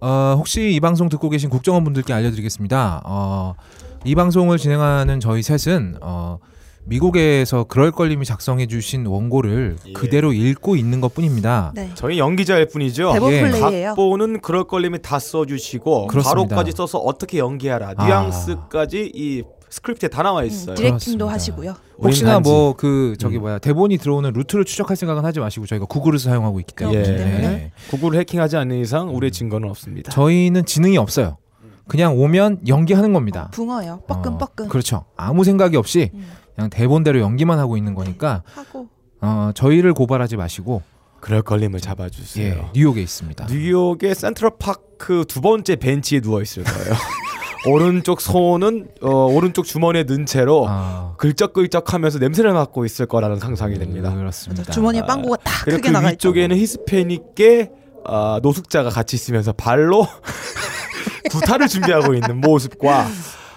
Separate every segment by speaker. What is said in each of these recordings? Speaker 1: 어, 혹시 이 방송 듣고 계신 국정원 분들께 알려드리겠습니다. 어, 이 방송을 진행하는 저희 셋은 어, 미국에서 그럴 걸림이 작성해 주신 원고를
Speaker 2: 예.
Speaker 1: 그대로 읽고 있는 것뿐입니다.
Speaker 3: 네.
Speaker 2: 저희 연기자일 뿐이죠.
Speaker 3: 대본
Speaker 1: 예.
Speaker 3: 플레이예요.
Speaker 2: 각본은 그럴 걸림이 다 써주시고
Speaker 1: 그렇습니다.
Speaker 2: 가로까지 써서 어떻게 연기하라
Speaker 1: 아.
Speaker 2: 뉘앙스까지 이 스크립트에 다 나와
Speaker 3: 음,
Speaker 2: 있어요.
Speaker 3: 디렉팅도
Speaker 1: 그렇습니다.
Speaker 3: 하시고요.
Speaker 1: 혹시나
Speaker 2: 우린
Speaker 1: 뭐 그 저기
Speaker 2: 음.
Speaker 1: 뭐야 대본이 들어오는 루트를 추적할 생각은 하지 마시고 저희가 구글을 사용하고 있기 때문에,
Speaker 2: 그렇기
Speaker 3: 때문에.
Speaker 1: 네.
Speaker 2: 구글 해킹하지 않는 이상 우리의 증거는 없습니다.
Speaker 1: 저희는 지능이 없어요. 그냥 오면 연기하는 겁니다.
Speaker 3: 붕어요.
Speaker 1: 어,
Speaker 3: 뻐끈뻐끈
Speaker 1: 그렇죠. 아무 생각이 없이
Speaker 3: 음.
Speaker 1: 그냥 대본대로 연기만 하고 있는 거니까
Speaker 3: 하고
Speaker 1: 어, 저희를 고발하지 마시고
Speaker 2: 그럴 걸림을
Speaker 1: 예,
Speaker 2: 잡아주세요.
Speaker 1: 뉴욕에 있습니다.
Speaker 2: 뉴욕의 센트럴 파크 두 번째 벤치에 누워 있을 거예요. 오른쪽 손은 어, 오른쪽 주머니에 넣은 채로
Speaker 1: 아,
Speaker 2: 글적글적하면서 냄새를 맡고 있을 거라는 상상이 됩니다.
Speaker 1: 그렇습니다.
Speaker 3: 주머니에 빵구가 딱
Speaker 2: 그리고
Speaker 3: 크게
Speaker 2: 그
Speaker 3: 나가 있죠.
Speaker 2: 위쪽에는 히스패닉계 아, 노숙자가 같이 있으면서 발로 구타를 준비하고 있는 모습과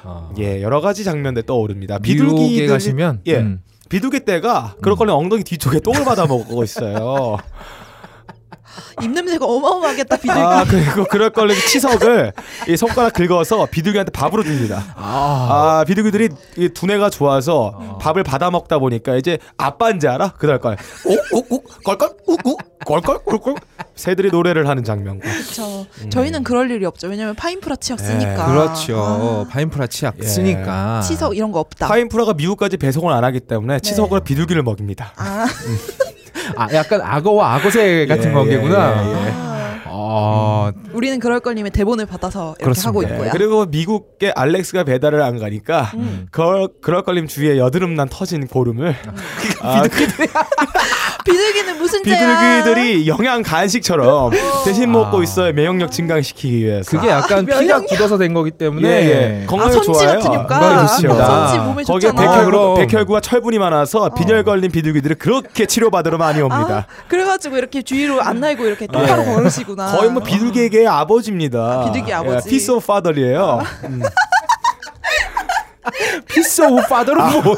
Speaker 1: 어,
Speaker 2: 예 여러 가지 장면들 떠오릅니다.
Speaker 1: 뉴욕에
Speaker 2: 비둘기
Speaker 1: 가시면
Speaker 2: 예
Speaker 1: 음,
Speaker 2: 비둘기 떼가 그럴거는 엉덩이 뒤쪽에 똥을 받아 먹고 있어요.
Speaker 3: 입냄새가 어마어마하게 딱 비둘기.
Speaker 1: 그러니까.
Speaker 2: 아 그리고 그럴 걸린 치석을 이 손가락 긁어서 비둘기한테 밥으로 줍니다. 아, 비둘기들이 이 두뇌가 좋아서 밥을 받아 먹다 보니까 이제 아빠인지 알아? 그럴 걸. 욱욱욱 껄껄 욱욱 껄껄 꿀꿀 새들이 노래를 하는 장면과
Speaker 1: 아,
Speaker 3: 그렇죠. 저희는 그럴 일이 없죠. 왜냐면 파인프라 치약 쓰니까.
Speaker 1: 그렇죠. 파인프라 치약
Speaker 2: 예.
Speaker 1: 쓰니까
Speaker 3: 아, 치석 이런 거 없다.
Speaker 2: 파인프라가 미국까지 배송을 안 하기
Speaker 1: 네.
Speaker 2: 때문에 치석으로 비둘기를 먹입니다.
Speaker 3: 아,
Speaker 1: 아, 약간 악어와 악어새 같은
Speaker 2: 예,
Speaker 1: 관계구나.
Speaker 2: 예, 예.
Speaker 3: 아.
Speaker 1: 아,
Speaker 3: 우리는 그럴 걸님의 대본을 받아서 이렇게
Speaker 1: 그렇습니다.
Speaker 3: 하고
Speaker 2: 예,
Speaker 3: 있고요.
Speaker 2: 그리고 미국에 알렉스가 배달을 안 가니까
Speaker 1: 음.
Speaker 2: 걸 그럴 걸림 주위에 여드름 난 터진 고름을 아,
Speaker 3: 비둘기는 무슨 죄야?
Speaker 2: 비둘기들이 영양 간식처럼 대신 먹고 있어요. 면역력 증강시키기
Speaker 1: 어.
Speaker 2: 위해서.
Speaker 3: 아,
Speaker 1: 그게 약간 피가
Speaker 3: 면역력.
Speaker 1: 굳어서 된 거기 때문에
Speaker 2: 예, 예.
Speaker 3: 아,
Speaker 2: 건강에
Speaker 3: 선지
Speaker 2: 좋아요.
Speaker 3: 같으니까.
Speaker 1: 건강에 좋습니다.
Speaker 3: 선지 몸에
Speaker 2: 거기에
Speaker 3: 좋잖아. 어.
Speaker 1: 백혈-
Speaker 2: 백혈구,
Speaker 1: 그럼.
Speaker 2: 백혈구와 철분이 많아서 빈혈 걸린 비둘기들이 그렇게 치료받으러 많이 옵니다.
Speaker 3: 아, 그래가지고 이렇게 주위로 안 날고 이렇게 똑바로
Speaker 2: 예.
Speaker 3: 걸으시구나.
Speaker 2: 거의 뭐 비둘기계의 아버지입니다.
Speaker 3: 아, 비둘기 아버지. 아.
Speaker 2: 예, 피스 오브 파더리에요.
Speaker 1: 피스 오브 파더로 뭐야?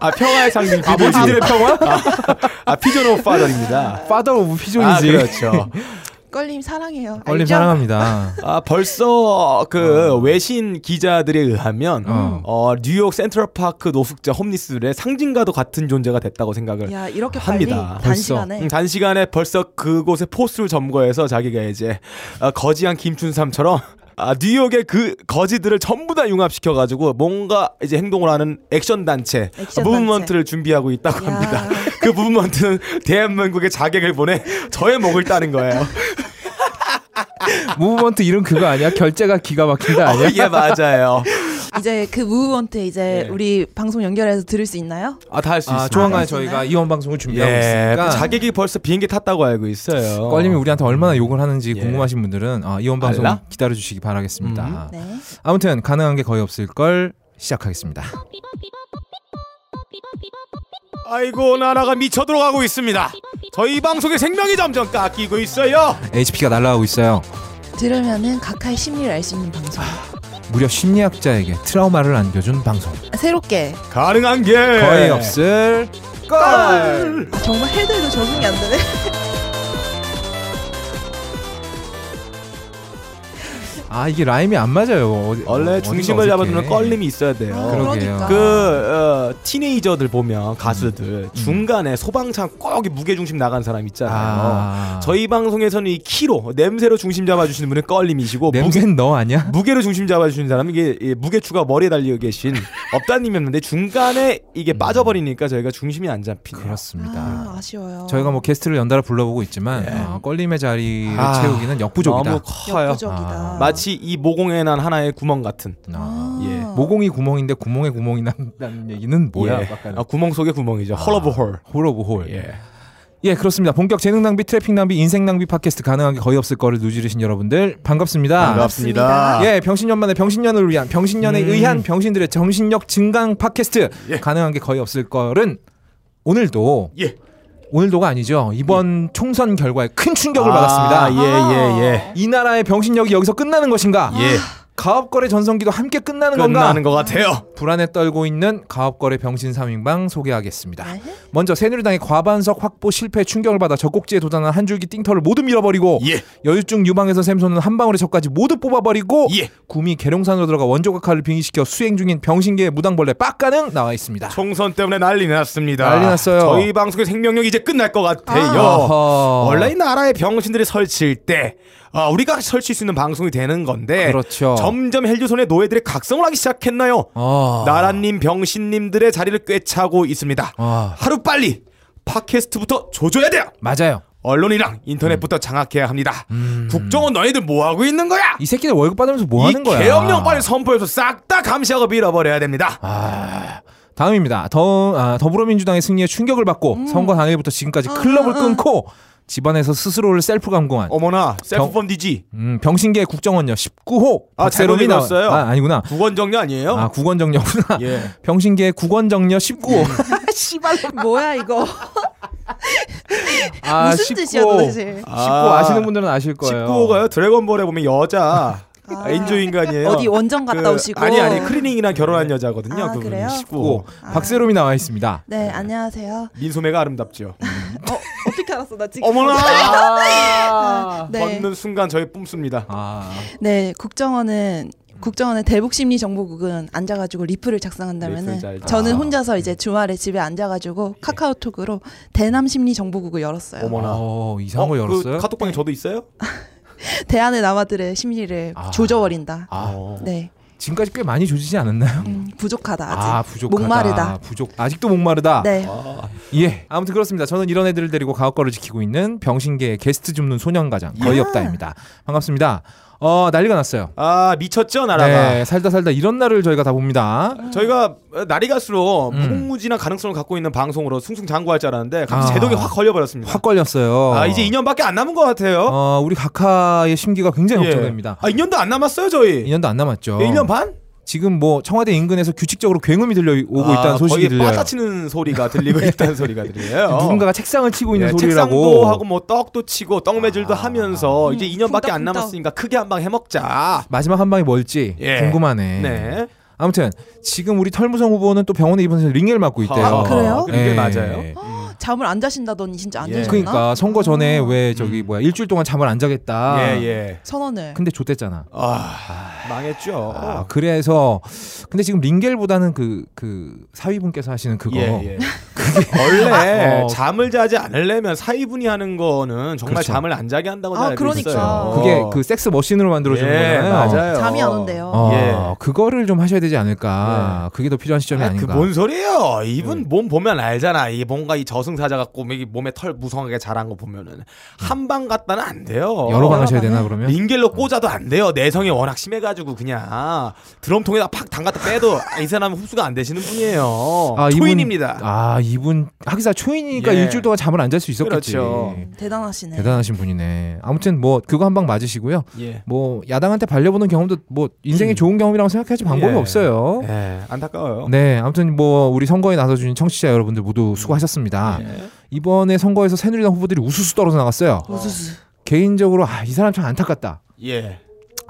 Speaker 2: 아 평화의 상징 비둘기.
Speaker 1: 아버지들의 평화?
Speaker 2: 아 피존 오브 파더입니다.
Speaker 1: 파더 오브 피존이지.
Speaker 2: 아 그렇죠.
Speaker 3: 걸님 사랑해요.
Speaker 1: 얼림
Speaker 3: 알죠?
Speaker 1: 사랑합니다.
Speaker 2: 아 벌써 그 외신 기자들에 의하면
Speaker 1: 어.
Speaker 2: 어, 뉴욕 센트럴 파크 노숙자 홈리스들의 상징과도 같은 존재가 됐다고 생각을
Speaker 3: 야 이렇게
Speaker 2: 합니다.
Speaker 3: 빨리
Speaker 1: 벌써.
Speaker 3: 단시간에
Speaker 2: 음, 단시간에 벌써 그곳에 포스를 점거해서 자기가 이제 어, 거지한 김춘삼처럼 아, 뉴욕의 그 거지들을 전부 다 융합시켜가지고 뭔가 이제 행동을 하는 액션 단체, 아,
Speaker 3: 액션
Speaker 2: 무브먼트를 준비하고 있다고
Speaker 3: 야.
Speaker 2: 합니다. 그 무브먼트는 대한민국에 자객을 보내 저의 목을 따는 거예요.
Speaker 1: 무브먼트 이름 그거 아니야? 결제가 기가 막힌다 아니야?
Speaker 2: 이게 맞아요.
Speaker 3: 이제 그 무브먼트 이제
Speaker 2: 예.
Speaker 3: 우리 방송 연결해서 들을 수 있나요?
Speaker 2: 아, 다 할 수
Speaker 1: 아,
Speaker 2: 있습니다.
Speaker 1: 조만간
Speaker 3: 아,
Speaker 1: 저희가
Speaker 3: 그렇구나.
Speaker 1: 이원 방송을 준비하고
Speaker 2: 예,
Speaker 1: 있으니까
Speaker 2: 자객이 벌써 비행기 탔다고 알고 있어요.
Speaker 1: 껄림이 우리한테 얼마나 욕을 하는지
Speaker 2: 예.
Speaker 1: 궁금하신 분들은 아, 이원 방송
Speaker 2: 알라?
Speaker 1: 기다려 주시기 바라겠습니다.
Speaker 3: 네.
Speaker 1: 아무튼 가능한 게 거의 없을 걸 시작하겠습니다.
Speaker 2: 아이고 나라가 미쳐 들어가고 있습니다. 저희 방송의 생명이 점점 깎이고 있어요.
Speaker 1: HP가 날아가고 있어요.
Speaker 3: 들으면은 각하의 심리를 알 수 있는 방송.
Speaker 1: 무려 심리학자에게 트라우마를 안겨준 방송.
Speaker 3: 새롭게
Speaker 2: 가능한 게
Speaker 1: 거의 없을
Speaker 2: 걸.
Speaker 3: 아, 정말 해들도 적응이 안 되네.
Speaker 1: 아 이게 라임이 안 맞아요. 어디-
Speaker 2: 원래
Speaker 1: 어,
Speaker 2: 중심을
Speaker 1: 어디가
Speaker 2: 잡아주는
Speaker 1: 어색해.
Speaker 2: 껄림이 있어야 돼요.
Speaker 3: 아,
Speaker 1: 그러게요.
Speaker 3: 그러니까.
Speaker 2: 그 어, 티네이저들 보면 가수들 중간에 소방창 꼭 무게 중심 나간 사람 있잖아요.
Speaker 1: 아.
Speaker 2: 저희 방송에서는 이 키로 냄새로 중심 잡아주시는 분은 껄림이시고 뭐 무게
Speaker 1: 냄새는 너 아니야?
Speaker 2: 무게로 중심 잡아주시는 사람은 이게 이 무게추가 머리에 달려 계신 업다님이었는데 중간에 이게 빠져버리니까 저희가 중심이 안 잡히네요.
Speaker 1: 음. 그렇습니다.
Speaker 3: 아, 아쉬워요.
Speaker 1: 저희가 뭐 게스트를 연달아 불러보고 있지만 어, 껄림의 자리를
Speaker 2: 예. 아,
Speaker 1: 채우기는 역부족이다.
Speaker 2: 너무 커요. 아,
Speaker 3: 역부족이다.
Speaker 2: 마치 이 모공에 난 하나의 구멍 같은.
Speaker 1: 아.
Speaker 3: 아.
Speaker 2: 예.
Speaker 1: 모공이 구멍인데 구멍에 구멍이 난다는 얘기는 뭐야?
Speaker 2: 예.
Speaker 1: 약간 아.
Speaker 2: 아, 구멍 속의 구멍이죠. 헐 오브 홀.
Speaker 1: 홀 오브 홀. 예.
Speaker 2: 예.
Speaker 1: 그렇습니다. 본격 재능 낭비, 트래핑 낭비, 인생 낭비 팟캐스트 가능한 게 거의 없을 거를 누지르신 여러분들 반갑습니다.
Speaker 3: 반갑습니다.
Speaker 1: 예, 병신년만의 병신년을 위한 병신년에 의한 병신들의 정신력 증강 팟캐스트 가능한 게 거의 없을 거는 오늘도
Speaker 2: 예.
Speaker 1: 오늘도가 아니죠. 이번 총선 결과에 큰 충격을
Speaker 2: 아,
Speaker 1: 받았습니다.
Speaker 2: 예, 예, 예.
Speaker 1: 이 나라의 병신력이 여기서 끝나는 것인가?
Speaker 2: 예.
Speaker 1: 가업거래 전성기도 함께 끝나는 건가?
Speaker 2: 끝나는 것 같아요.
Speaker 1: 불안에 떨고 있는 가업거래 병신 3인방 소개하겠습니다.
Speaker 3: 에헤.
Speaker 1: 먼저 새누리당의 과반석 확보 실패에 충격을 받아 적국지에 도단한 한 줄기 띵터를 모두 밀어버리고
Speaker 2: 예.
Speaker 1: 여유증 유방에서 샘소는 한 방울의 적까지 모두 뽑아버리고
Speaker 2: 예.
Speaker 1: 구미 계룡산으로 들어가 원조각화를 빙의시켜 수행 중인 병신계의 무당벌레 빡가능 나와 있습니다.
Speaker 2: 총선 때문에 난리 났습니다.
Speaker 1: 난리 났어요.
Speaker 2: 저희 방송의 생명력이 이제 끝날 것 같아요.
Speaker 1: 아하.
Speaker 2: 원래 이 나라의 병신들이 설치일 때 아, 우리가 설치할 수 있는 방송이 되는 건데
Speaker 1: 그렇죠.
Speaker 2: 점점 헬조선의 노예들이 각성을 하기 시작했나요?
Speaker 1: 아.
Speaker 2: 나라님 병신님들의 자리를 꿰차고 있습니다.
Speaker 1: 아.
Speaker 2: 하루 빨리 팟캐스트부터 조져야 돼요.
Speaker 1: 맞아요.
Speaker 2: 언론이랑 인터넷부터
Speaker 1: 음.
Speaker 2: 장악해야 합니다. 국정원 너희들 뭐 하고 있는 거야?
Speaker 1: 이 새끼들 월급 받으면서 뭐 하는 거야?
Speaker 2: 개업령 빨리 선포해서 싹 다 감시하고 밀어버려야 됩니다.
Speaker 1: 아, 다음입니다. 더, 아, 더불어민주당의 승리에 충격을 받고 선거 당일부터 지금까지 클럽을 끊고 집안에서 스스로를 셀프 감공한
Speaker 2: 어머나
Speaker 1: 병-
Speaker 2: 셀프펀디지
Speaker 1: 음, 병신계 국정원요 19호
Speaker 2: 아,
Speaker 1: 박세롬이
Speaker 2: 잘못
Speaker 1: 나와-
Speaker 2: 읽었어요.
Speaker 1: 아, 아니구나.
Speaker 2: 구건정리 아니에요?
Speaker 1: 아 구건정녀구나.
Speaker 2: 예.
Speaker 1: 병신계 구건정녀 19호.
Speaker 3: 아, 씨발 뭐야 이거
Speaker 1: 아,
Speaker 3: 무슨
Speaker 1: 19호.
Speaker 3: 뜻이야 도대체
Speaker 1: 19호 아시는 분들은 아실 거예요.
Speaker 2: 19호가요? 드래곤볼에 보면 여자
Speaker 3: 아.
Speaker 2: 인조인간이에요.
Speaker 3: 어디 원정 갔다 오시고.
Speaker 2: 네. 그, 아니 아니 크리닝이랑 결혼한 여자거든요.
Speaker 3: 아,
Speaker 2: 그분이
Speaker 3: 그래요?
Speaker 1: 19호.
Speaker 2: 19호.
Speaker 1: 박세롬이 나와 있습니다.
Speaker 3: 네 안녕하세요
Speaker 2: 민소매가 아름답죠.
Speaker 3: 어 어떻게 알았어 나 지금
Speaker 2: 어머나
Speaker 1: 아.
Speaker 3: 네.
Speaker 2: 걷는 순간 저희 뿜습니다.
Speaker 1: 아.
Speaker 3: 네 국정원은 국정원의 대북심리정보국은 앉아가지고 리플을
Speaker 2: 리플
Speaker 3: 작성한다면은
Speaker 2: 잘
Speaker 3: 저는
Speaker 2: 아. 네.
Speaker 3: 혼자서 이제 주말에 집에 앉아가지고 카카오톡으로 대남심리정보국을 열었어요
Speaker 2: 어머나.
Speaker 1: 어, 이상한 거
Speaker 2: 어,
Speaker 1: 열었어요?
Speaker 2: 그 카톡방에 저도 있어요?
Speaker 3: 대안의 남아들의 심리를
Speaker 1: 아.
Speaker 3: 조져버린다
Speaker 1: 아,
Speaker 2: 어.
Speaker 3: 네
Speaker 1: 지금까지 꽤 많이 조지지 않았나요?
Speaker 3: 음, 부족하다 아직
Speaker 1: 아, 부족하다.
Speaker 3: 목마르다
Speaker 1: 부족. 아직도 목마르다.
Speaker 3: 네
Speaker 1: 예. 아무튼 그렇습니다. 저는 이런 애들을 데리고 가옥거를 지키고 있는 병신계의 게스트 줍는 소년가장 거의
Speaker 3: 야.
Speaker 1: 없다입니다. 반갑습니다. 어, 난리가 났어요.
Speaker 2: 아 미쳤죠 나라가.
Speaker 1: 네, 살다 살다 이런 날을 저희가 다 봅니다.
Speaker 2: 저희가 날이 갈수록
Speaker 1: 음.
Speaker 2: 무궁무진한 가능성을 갖고 있는 방송으로 승승장구할 줄 알았는데 갑자기
Speaker 1: 아.
Speaker 2: 제동이 확 걸려버렸습니다.
Speaker 1: 확 걸렸어요.
Speaker 2: 아 이제 2년밖에 안 남은 것 같아요.
Speaker 1: 어, 우리 각하의 심기가 굉장히 걱정됩니다.
Speaker 2: 아 2년도 안 남았어요 저희. 네,
Speaker 1: 2년도 안 남았죠.
Speaker 2: 예, 1년 반?
Speaker 1: 지금 뭐 청와대 인근에서 규칙적으로 굉음이 들려오고
Speaker 2: 아,
Speaker 1: 있다는 소식이
Speaker 2: 거의
Speaker 1: 들려요.
Speaker 2: 빠다치는 소리가 들리고 있다는 소리가 들려요.
Speaker 1: 누군가가 책상을 치고 있는
Speaker 2: 예,
Speaker 1: 소리라고.
Speaker 2: 책상도 하고 뭐 떡도 치고 떡매질도
Speaker 1: 아.
Speaker 2: 하면서
Speaker 3: 음,
Speaker 2: 이제 2년밖에 안
Speaker 3: 쿵떡쿵떡.
Speaker 2: 남았으니까 크게 한 방 해먹자.
Speaker 1: 마지막 한 방이 뭘지
Speaker 2: 예.
Speaker 1: 궁금하네.
Speaker 2: 네.
Speaker 1: 아무튼 지금 우리 털무성 후보는 또 병원에 입원해서 링겔 맞고 있대요.
Speaker 2: 아,
Speaker 3: 그래요?
Speaker 2: 그게
Speaker 1: 예.
Speaker 2: 맞아요.
Speaker 3: 잠을 안 자신다더니 진짜 안
Speaker 2: 어. 예.
Speaker 3: 자셨나
Speaker 1: 그러니까 선거 전에 왜
Speaker 3: 음.
Speaker 1: 저기 뭐야 일주일 동안 잠을 안 자겠다.
Speaker 2: 예 예.
Speaker 3: 선언을
Speaker 1: 근데 좆됐잖아.
Speaker 2: 아 망했죠.
Speaker 1: 아, 그래서 근데 지금 링겔보다는 그 그 사위분께서 하시는 그거
Speaker 2: 예, 예. 원래
Speaker 1: 어.
Speaker 2: 잠을 자지 않으려면 사이분이 하는 거는 정말
Speaker 1: 그렇죠.
Speaker 2: 잠을 안 자게 한다고
Speaker 3: 아,
Speaker 2: 알고
Speaker 3: 그러니까.
Speaker 2: 그렇죠. 있어요.
Speaker 1: 그게 그 섹스 머신으로 만들어주는
Speaker 2: 예,
Speaker 1: 거잖아요.
Speaker 2: 맞아요.
Speaker 3: 잠이 안 온대요
Speaker 1: 어,
Speaker 2: 예.
Speaker 1: 그거를 좀 하셔야 되지 않을까. 그게 더 필요한 시점이 아, 닌가
Speaker 2: 네, 그뭔 소리예요? 이분 몸 보면 알잖아. 이게 뭔가 이 저승사자 같고 이게 몸에 털 무성하게 자란 거 보면은 한 방 갔다는 안 돼요.
Speaker 1: 예. 여러 방 하셔야
Speaker 3: 여러
Speaker 1: 되나
Speaker 3: 방에?
Speaker 1: 그러면? 예.
Speaker 2: 링겔로 꽂아도 안 돼요. 내성이 워낙 심해가지고 그냥 드럼통에다 팍 담갔다 빼도 이 사람은 흡수가 안 되시는 분이에요. 초인입니다.
Speaker 1: 아, 이분, 아 이분 하기사 초인이니까
Speaker 2: 예.
Speaker 1: 일주일 동안 잠을 안 잘 수 있었겠지.
Speaker 2: 그렇죠.
Speaker 3: 대단하시네
Speaker 1: 대단하신 분이네. 아무튼 뭐 그거 한 방 맞으시고요.
Speaker 2: 예.
Speaker 1: 뭐 야당한테 발려보는 경험도 뭐 인생의
Speaker 2: 음.
Speaker 1: 좋은 경험이라고 생각하지 방법이
Speaker 2: 예.
Speaker 1: 없어요.
Speaker 2: 예, 안타까워요.
Speaker 1: 네, 아무튼 뭐 우리 선거에 나서주신 청취자 여러분들 모두 수고하셨습니다.
Speaker 2: 예.
Speaker 1: 이번에 선거에서 새누리당 후보들이 우수수 떨어져 나갔어요.
Speaker 3: 우수수
Speaker 1: 개인적으로 아 이 사람 참 안타깝다.
Speaker 2: 예.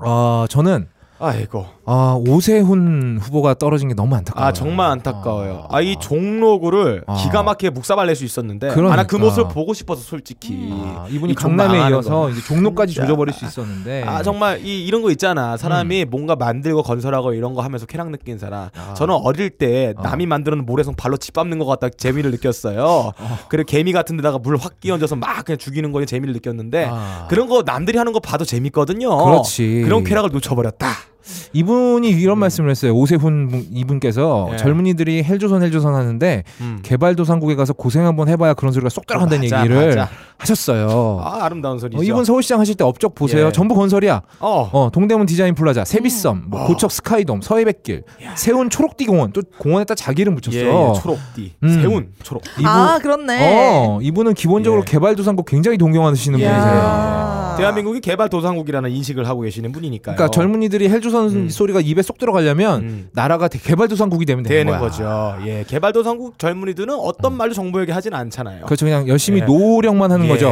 Speaker 1: 어, 저는
Speaker 2: 아이고.
Speaker 1: 아 오세훈 후보가 떨어진 게 너무 안타까워요.
Speaker 2: 아 정말 안타까워요. 아 이 종로구를
Speaker 1: 아.
Speaker 2: 기가 막히게 묵사발낼 수 있었는데
Speaker 1: 그러니까.
Speaker 2: 아 나 그 모습을 보고 싶어서 솔직히
Speaker 1: 아, 이분이
Speaker 2: 이좀
Speaker 1: 강남에
Speaker 2: 망하는
Speaker 1: 이어서 이제 종로까지
Speaker 2: 진짜.
Speaker 1: 조져버릴 수 있었는데
Speaker 2: 아 정말 이 이런 거 있잖아 사람이 뭔가 만들고 건설하고 이런 거 하면서 쾌락 느낀 사람
Speaker 1: 음. 아.
Speaker 2: 저는 어릴 때
Speaker 1: 어.
Speaker 2: 남이 만드는 모래성 발로 짓밟는 것 같다 재미를 느꼈어요 그리고 개미 같은 데다가 물 확 끼얹어서 막 그냥 죽이는 거에 재미를 느꼈는데
Speaker 1: 아.
Speaker 2: 그런 거 남들이 하는 거 봐도 재밌거든요
Speaker 1: 그렇지.
Speaker 2: 런 쾌락을 놓쳐버렸다
Speaker 1: 그 이분이 이런 말씀을 했어요. 오세훈 분- 이분께서
Speaker 2: 음. 예.
Speaker 1: 젊은이들이 헬조선 헬조선 하는데
Speaker 2: 음.
Speaker 1: 개발도상국에 가서 고생 한번 해봐야 그런 소리가 쏙 들어간다는
Speaker 2: 맞아,
Speaker 1: 얘기를
Speaker 2: 맞아.
Speaker 1: 하셨어요.
Speaker 2: 아 아름다운 소리죠
Speaker 1: 어, 이분 서울시장 하실 때 업적 보세요.
Speaker 2: 예.
Speaker 1: 전부 건설이야.
Speaker 2: 어.
Speaker 1: 어, 동대문 디자인 플라자, 세비섬,
Speaker 2: 음. 아.
Speaker 1: 뭐 고척 스카이돔, 서해백길, 세운 초록디 공원 또 공원에다 자기 이름 붙였어.
Speaker 2: 예, 예, 초록띠
Speaker 1: 음.
Speaker 2: 세운 초록
Speaker 1: 이분,
Speaker 3: 아 그렇네
Speaker 1: 어, 이분은 기본적으로
Speaker 2: 예.
Speaker 1: 개발도상국 굉장히 동경하시는
Speaker 2: 예.
Speaker 1: 분이세요.
Speaker 2: 대한민국이 개발도상국이라는 인식을 하고 계시는 분이니까요
Speaker 1: 아. 그러니까 젊은이들이 헬조선
Speaker 2: 음.
Speaker 1: 소리가 입에 쏙 들어가려면
Speaker 2: 음.
Speaker 1: 나라가 대- 개발도상국이 되면 되는,
Speaker 2: 되는
Speaker 1: 거야. 음.
Speaker 2: 거죠. 예, 개발도상국 젊은이들은 어떤 말도 정부에게 하진 않잖아요.
Speaker 1: 그렇죠. 그냥 열심히
Speaker 2: 예.
Speaker 1: 노력만 하는
Speaker 2: 예.
Speaker 1: 거죠.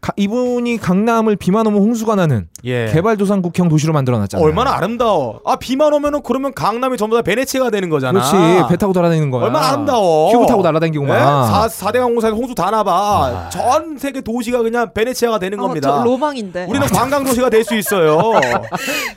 Speaker 1: 가- 이분이 강남을 비만 오면 홍수가 나는
Speaker 2: 예.
Speaker 1: 개발도상국형 도시로 만들어놨잖아요.
Speaker 2: 얼마나 아름다워. 아 비만 오면은 그러면 강남이 전부 다 베네치아가 되는 거잖아.
Speaker 1: 그렇지 배 타고 달아다니는 거야.
Speaker 2: 얼마나 아름다워.
Speaker 1: 큐브 타고 날아다니고만. 아.
Speaker 2: 예? 사 4대 항공사에 홍수 다 나봐. 전 세계 도시가 그냥 베네치아가 되는 겁니다.
Speaker 3: 어, 저 로망인데.
Speaker 1: 아.
Speaker 2: 우리는 관광 도시가 될 수 있어요.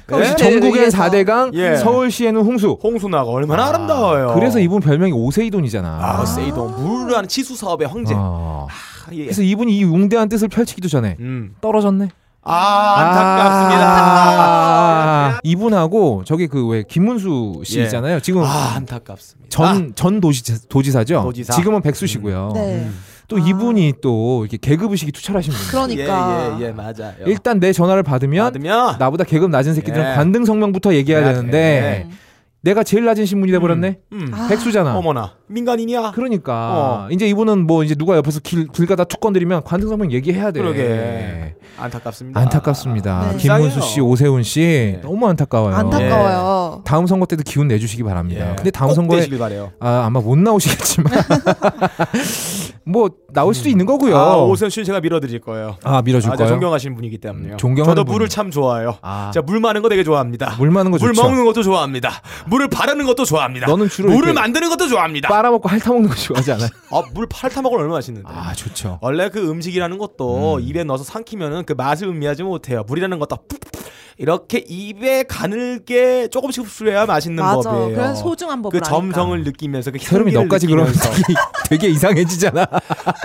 Speaker 3: 그럼
Speaker 2: 예?
Speaker 3: 네?
Speaker 1: 전국엔
Speaker 3: 네.
Speaker 1: 4대강,
Speaker 2: 예.
Speaker 1: 서울시에는 홍수.
Speaker 2: 홍수 나가 얼마나 아름다워요.
Speaker 1: 그래서 이분 별명이 오세이돈이잖아.
Speaker 2: 아, 세이동 물이라는 치수 사업의 황제.
Speaker 1: 어.
Speaker 2: 아, 예.
Speaker 1: 그래서 이분이 이 웅대한 뜻을 펼치기도 전에
Speaker 2: 음.
Speaker 1: 떨어졌네.
Speaker 2: 아 안타깝습니다.
Speaker 1: 아, 이분하고 저기 그 왜 김문수 씨
Speaker 2: 예.
Speaker 1: 있잖아요. 지금
Speaker 2: 아 안타깝습니다.
Speaker 1: 전 전 도시 도지사죠.
Speaker 2: 도지사. 음.
Speaker 1: 지금은 백수 씨고요.
Speaker 3: 네.
Speaker 1: 또
Speaker 3: 아.
Speaker 1: 이분이 또 이렇게 계급 의식이 투철하신 분. 이에요
Speaker 3: 그러니까.
Speaker 2: 아, 예예예 맞아요.
Speaker 1: 일단 내 전화를 받으면
Speaker 2: 받으면
Speaker 1: 나보다 계급 낮은 새끼들은
Speaker 2: 예.
Speaker 1: 관등 성명부터 얘기해야
Speaker 2: 예.
Speaker 1: 되는데 내가 제일 낮은 신분이 돼 버렸네.
Speaker 2: 음.
Speaker 3: 아.
Speaker 1: 백수잖아.
Speaker 2: 어머나 민간인이야. 어.
Speaker 1: 그러니까 이제 이분은 뭐 이제 누가 옆에서 길, 길 가다 툭 건드리면 관등 성명 얘기해야 돼.
Speaker 2: 그러게. 안타깝습니다.
Speaker 1: 안타깝습니다.
Speaker 3: 네.
Speaker 1: 김문수
Speaker 2: 불쌍해요. 네.
Speaker 1: 씨, 오세훈 씨 너무 안타까워요. 예.
Speaker 3: 안타까워요.
Speaker 1: 다음 선거 때도 기운 내주시기 바랍니다.
Speaker 2: 예.
Speaker 1: 근데 다음
Speaker 2: 꼭
Speaker 1: 선거에
Speaker 2: 되시길 바래요.
Speaker 1: 아, 아마 못 나오시겠지만 뭐 나올 수도 있는 거고요.
Speaker 2: 아, 오세훈 씨 제가 밀어드릴 거예요.
Speaker 1: 아, 밀어줄
Speaker 2: 아, 제가
Speaker 1: 거예요. 음,
Speaker 2: 존경하시는 분이기 때문에요.
Speaker 1: 존경하는
Speaker 2: 저도
Speaker 1: 분.
Speaker 2: 물을 참 좋아해요.
Speaker 1: 아.
Speaker 2: 제가 물 마는 거 되게 좋아합니다.
Speaker 1: 물 마는 거
Speaker 2: 물
Speaker 1: 좋죠.
Speaker 2: 먹는 것도 좋아합니다. 물을 바르는 것도 좋아합니다.
Speaker 1: 너는 주로
Speaker 2: 물을
Speaker 1: 이렇게-
Speaker 2: 만드는 것도 좋아합니다.
Speaker 1: 빨아먹고 핥아먹는 거 좋아하지 않아요?
Speaker 2: 아, 물 팔타 먹으면 얼마나 맛있는데.
Speaker 1: 아 좋죠.
Speaker 2: 원래 그 음식이라는 것도 입에 넣어서 삼키면은 그 맛을 음미하지 못해요. 물이라는 것도 푹푹 이렇게 입에 가늘게 조금씩 흡수해야 맛있는
Speaker 3: 맞아.
Speaker 2: 법이에요.
Speaker 3: 그래서 소중한 법을
Speaker 2: 그 점성을 느끼면서 그
Speaker 1: 세롬이
Speaker 2: 향기를
Speaker 1: 너까지 그러면
Speaker 2: 느끼면서
Speaker 1: 되게 이상해지잖아.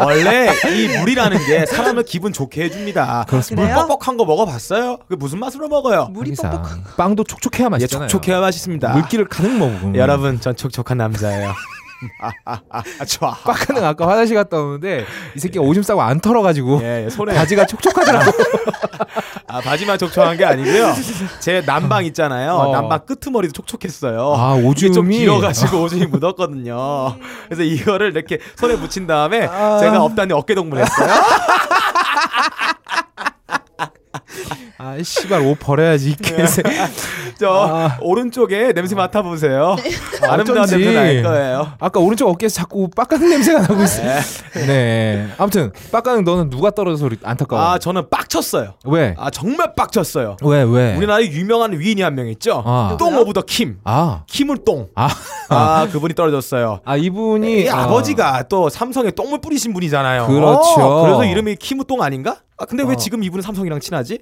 Speaker 2: 원래 이 물이라는 게 사람을 기분 좋게 해줍니다.
Speaker 1: 그렇습니다.
Speaker 2: 물
Speaker 3: 그래요?
Speaker 2: 뻑뻑한 거 먹어봤어요? 그 무슨 맛으로 먹어요?
Speaker 3: 물이
Speaker 1: 항상.
Speaker 3: 뻑뻑.
Speaker 1: 빵도 촉촉해야
Speaker 2: 예,
Speaker 1: 맛있잖아요.
Speaker 2: 촉촉해야 맛있습니다. 음.
Speaker 1: 물기를 가득 먹으면
Speaker 2: 여러분, 전 촉촉한 남자예요. 아, 좋아.
Speaker 1: 빡가는 아까 화장실 갔다 오는데 이 새끼 가 오줌 싸고 안 털어가지고
Speaker 2: 예, 예, 손에
Speaker 1: 바지가 촉촉하더라고.
Speaker 2: 아 바지만 촉촉한 게 아니고요. 제 난방 있잖아요.
Speaker 1: 어.
Speaker 2: 난방 끄트머리도 촉촉했어요.
Speaker 1: 아,
Speaker 2: 이게 좀
Speaker 1: 오줌이? 아. 네.
Speaker 2: 길어가지고 오줌이 묻었거든요. 그래서 이거를 이렇게 손에 묻힌 다음에 제가 업다니 어깨 동무했어요.
Speaker 1: 아 씨발 옷 버려야지 이 개새.
Speaker 2: 저
Speaker 1: 아. 네.
Speaker 2: 오른쪽에 냄새 맡아보세요. 아름다운
Speaker 1: 어쩐지.
Speaker 2: 냄새 날 거예요.
Speaker 1: 아까 오른쪽 어깨에서 자꾸 빡가는 냄새가 나고 있어. 네. 아무튼 빡가는 너는 누가 떨어져서 우리 안타까워.
Speaker 2: 아 저는 빡쳤어요.
Speaker 1: 왜?
Speaker 2: 아 정말 빡쳤어요.
Speaker 1: 왜 왜?
Speaker 2: 우리나라에 유명한 위인이 한 명 있죠.
Speaker 1: 네. 아.
Speaker 2: 똥 오브 더 킴.
Speaker 1: 아.
Speaker 2: 킴을 똥.
Speaker 1: 아.
Speaker 2: 아 그분이 떨어졌어요.
Speaker 1: 아 이분이
Speaker 2: 이
Speaker 1: 어,
Speaker 2: 아버지가 또 삼성에 똥물 뿌리신 분이잖아요.
Speaker 1: 그렇죠.
Speaker 2: 어, 그래서 이름이 키무똥 아닌가? 아 근데 왜
Speaker 1: 어.
Speaker 2: 지금 이분은 삼성이랑 친하지?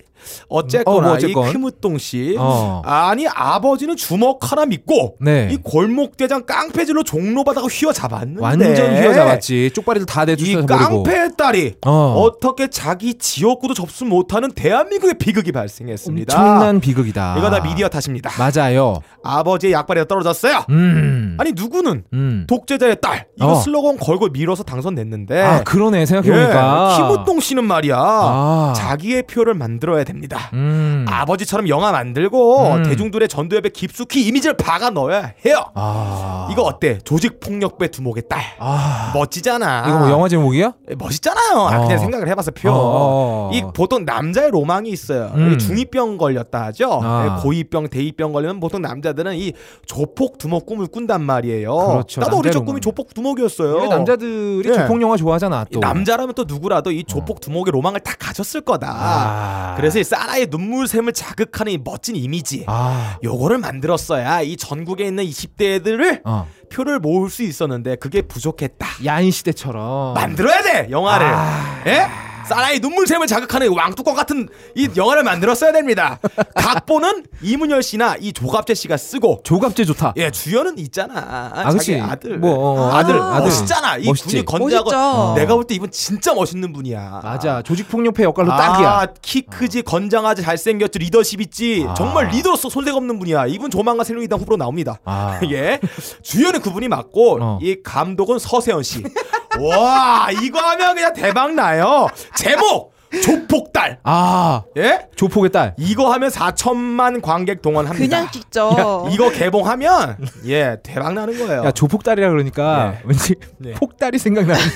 Speaker 2: 어쨌거나
Speaker 1: 어, 뭐 어쨌건.
Speaker 2: 이 키무똥 씨
Speaker 1: 어.
Speaker 2: 아니 아버지는 주먹 하나 믿고
Speaker 1: 네.
Speaker 2: 이 골목 대장 깡패질로 종로 바닥을 휘어 잡았는데
Speaker 1: 완전 휘어잡았지. 쪽발이도 다
Speaker 2: 이
Speaker 1: 내주셔서 버리고.
Speaker 2: 깡패의 딸이
Speaker 1: 어.
Speaker 2: 어. 떻게 자기 지역구도 접수 못하는 대한민국의 비극이 발생했습니다.
Speaker 1: 엄청난 아. 비극이다.
Speaker 2: 이거 다 미디어 탓입니다.
Speaker 1: 맞아요.
Speaker 2: 아버지의 약발이 떨어졌어요.
Speaker 1: 음.
Speaker 2: 아니 누구는
Speaker 1: 음.
Speaker 2: 독재자의 딸 이거
Speaker 1: 어.
Speaker 2: 슬로건 걸고 밀어서 당선됐는데
Speaker 1: 아 그러네 생각해보니까.
Speaker 2: 예, 키무똥 씨는 말이야
Speaker 1: 아.
Speaker 2: 자기의 표를 만들어야 됩니다
Speaker 1: 음.
Speaker 2: 아버지처럼 영화 만들고
Speaker 1: 음.
Speaker 2: 대중들의 전두엽에 깊숙이 이미지를 박아 넣어야 해요
Speaker 1: 아.
Speaker 2: 이거 어때 조직폭력배 두목의 딸
Speaker 1: 아.
Speaker 2: 멋지잖아
Speaker 1: 이거 뭐 영화 제목이야?
Speaker 2: 멋있잖아요 아,
Speaker 1: 어.
Speaker 2: 그냥 생각을 해봐서 표
Speaker 1: 어.
Speaker 2: 이 보통 남자의 로망이 있어요
Speaker 1: 음.
Speaker 2: 중이병 걸렸다 하죠 예,
Speaker 1: 아.
Speaker 2: 고이병 대이병 걸리면 보통 남자들은 이 조폭 두목 꿈을 꾼단 말이에요
Speaker 1: 그렇죠.
Speaker 2: 나도 어릴 적
Speaker 1: 남자의
Speaker 2: 꿈이
Speaker 1: 로망.
Speaker 2: 조폭 두목이었어요
Speaker 1: 원래 남자들이
Speaker 2: 예.
Speaker 1: 조폭 영화 좋아하잖아. 또.
Speaker 2: 남자라면 또 누구라도 이 조폭 두목의 로망을 다 가졌을 거다.
Speaker 1: 어. 아.
Speaker 2: 그래서 이 사나이의 눈물샘을 자극하는 이 멋진 이미지.
Speaker 1: 아.
Speaker 2: 요거를 만들었어야 이 전국에 있는 20대 애들을
Speaker 1: 어.
Speaker 2: 표를 모을 수 있었는데 그게 부족했다.
Speaker 1: 야인 시대처럼.
Speaker 2: 만들어야 돼 영화를.
Speaker 1: 아.
Speaker 2: 예? 사나이 눈물샘을 자극하는 이 왕뚜껑 같은 이 영화를 만들었어야 됩니다. 각본은 이문열 씨나 이 조갑재 씨가 쓰고
Speaker 1: 조갑제 좋다.
Speaker 2: 예 주연은 있잖아
Speaker 1: 아, 그치.
Speaker 2: 자기 아들
Speaker 1: 뭐, 어, 어,
Speaker 2: 아들
Speaker 1: 아들.
Speaker 2: 멋있잖아 이
Speaker 1: 멋있지.
Speaker 2: 분이 건재하고
Speaker 3: 멋있죠.
Speaker 2: 내가 볼 때 이분 진짜 멋있는 분이야
Speaker 1: 맞아. 조직폭력배 역할로
Speaker 2: 아,
Speaker 1: 딱이야.
Speaker 2: 키 크지 건장하지 잘생겼지 리더십 있지
Speaker 1: 아.
Speaker 2: 정말 리더로서 손색 없는 분이야 이분 조만간 새누리당 후보로 나옵니다
Speaker 1: 아.
Speaker 2: 예 주연은 그분이 맞고
Speaker 1: 어.
Speaker 2: 이 감독은 서세현 씨와 이거 하면 그냥 대박 나요 제목 조폭딸
Speaker 1: 아.
Speaker 2: 예
Speaker 1: 조폭의 딸.
Speaker 2: 이거 하면 4천만 관객 동원합니다
Speaker 3: 그냥 찍죠.
Speaker 2: 이거 개봉하면 예 대박 나는 거예요
Speaker 1: 야 조폭 딸이라 그러니까
Speaker 2: 예.
Speaker 1: 왠지
Speaker 2: 네.
Speaker 1: 폭딸이 생각나는데.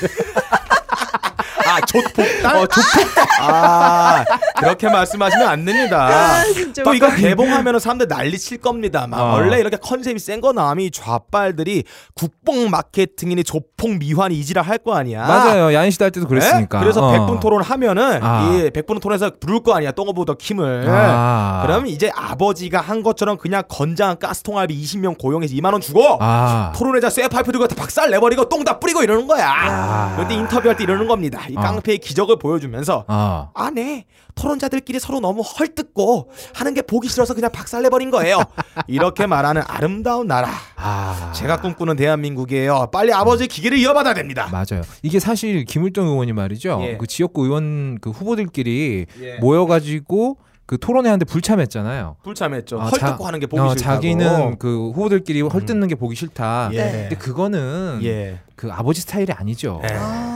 Speaker 2: 아 조폭딸 어, 조폭딸 아 그렇게 말씀하시면 안 됩니다.
Speaker 3: 아, 진짜
Speaker 2: 또 이거 개봉하면 사람들 난리 칠 겁니다. 막
Speaker 1: 어.
Speaker 2: 원래 이렇게 컨셉이 센 거 나오면 이 좌빨들이 국뽕 마케팅이니 조폭 미환이 이지라 할 거 아니야.
Speaker 1: 맞아요. 야인 시대 할 때도
Speaker 2: 예?
Speaker 1: 그랬으니까.
Speaker 2: 그래서
Speaker 1: 어.
Speaker 2: 백 100분 토론 하면은
Speaker 1: 아.
Speaker 2: 이 100분 토론에서 부를 거 아니야. 똥어보더 킴을.
Speaker 1: 아.
Speaker 2: 그러면 이제 아버지가 한 것처럼 그냥 건장한 가스통 알비 20명 고용해서 2만 원 주고
Speaker 1: 아.
Speaker 2: 토론회자 쇠 파이프 들고 다 박살 내버리고 똥 다 뿌리고 이러는 거야. 그런데 인터뷰할 때 이러는 겁니다. 이
Speaker 1: 아. 어.
Speaker 2: 깡패의 기적을 보여주면서
Speaker 1: 아.
Speaker 2: 안에 토론자들끼리 서로 너무 헐뜯고 하는 게 보기 싫어서 그냥 박살내버린 거예요. 이렇게 말하는 아름다운 나라.
Speaker 1: 아.
Speaker 2: 제가 꿈꾸는 대한민국이에요. 빨리 아버지 기계를 이어받아야 됩니다.
Speaker 1: 맞아요. 이게 사실 김일동 의원이 말이죠.
Speaker 2: 예.
Speaker 1: 그 지역구 의원 그 후보들끼리
Speaker 2: 예.
Speaker 1: 모여가지고 그 토론회 하는데 불참했잖아요.
Speaker 2: 불참했죠.
Speaker 1: 아,
Speaker 2: 헐뜯고
Speaker 1: 자-
Speaker 2: 하는 게 보기
Speaker 1: 어,
Speaker 2: 싫다고.
Speaker 1: 자기는 그 후보들끼리 헐뜯는 게 보기 싫다.
Speaker 3: 네.
Speaker 2: 예.
Speaker 1: 근데 그거는
Speaker 2: 예.
Speaker 1: 그 아버지 스타일이 아니죠.
Speaker 2: 예.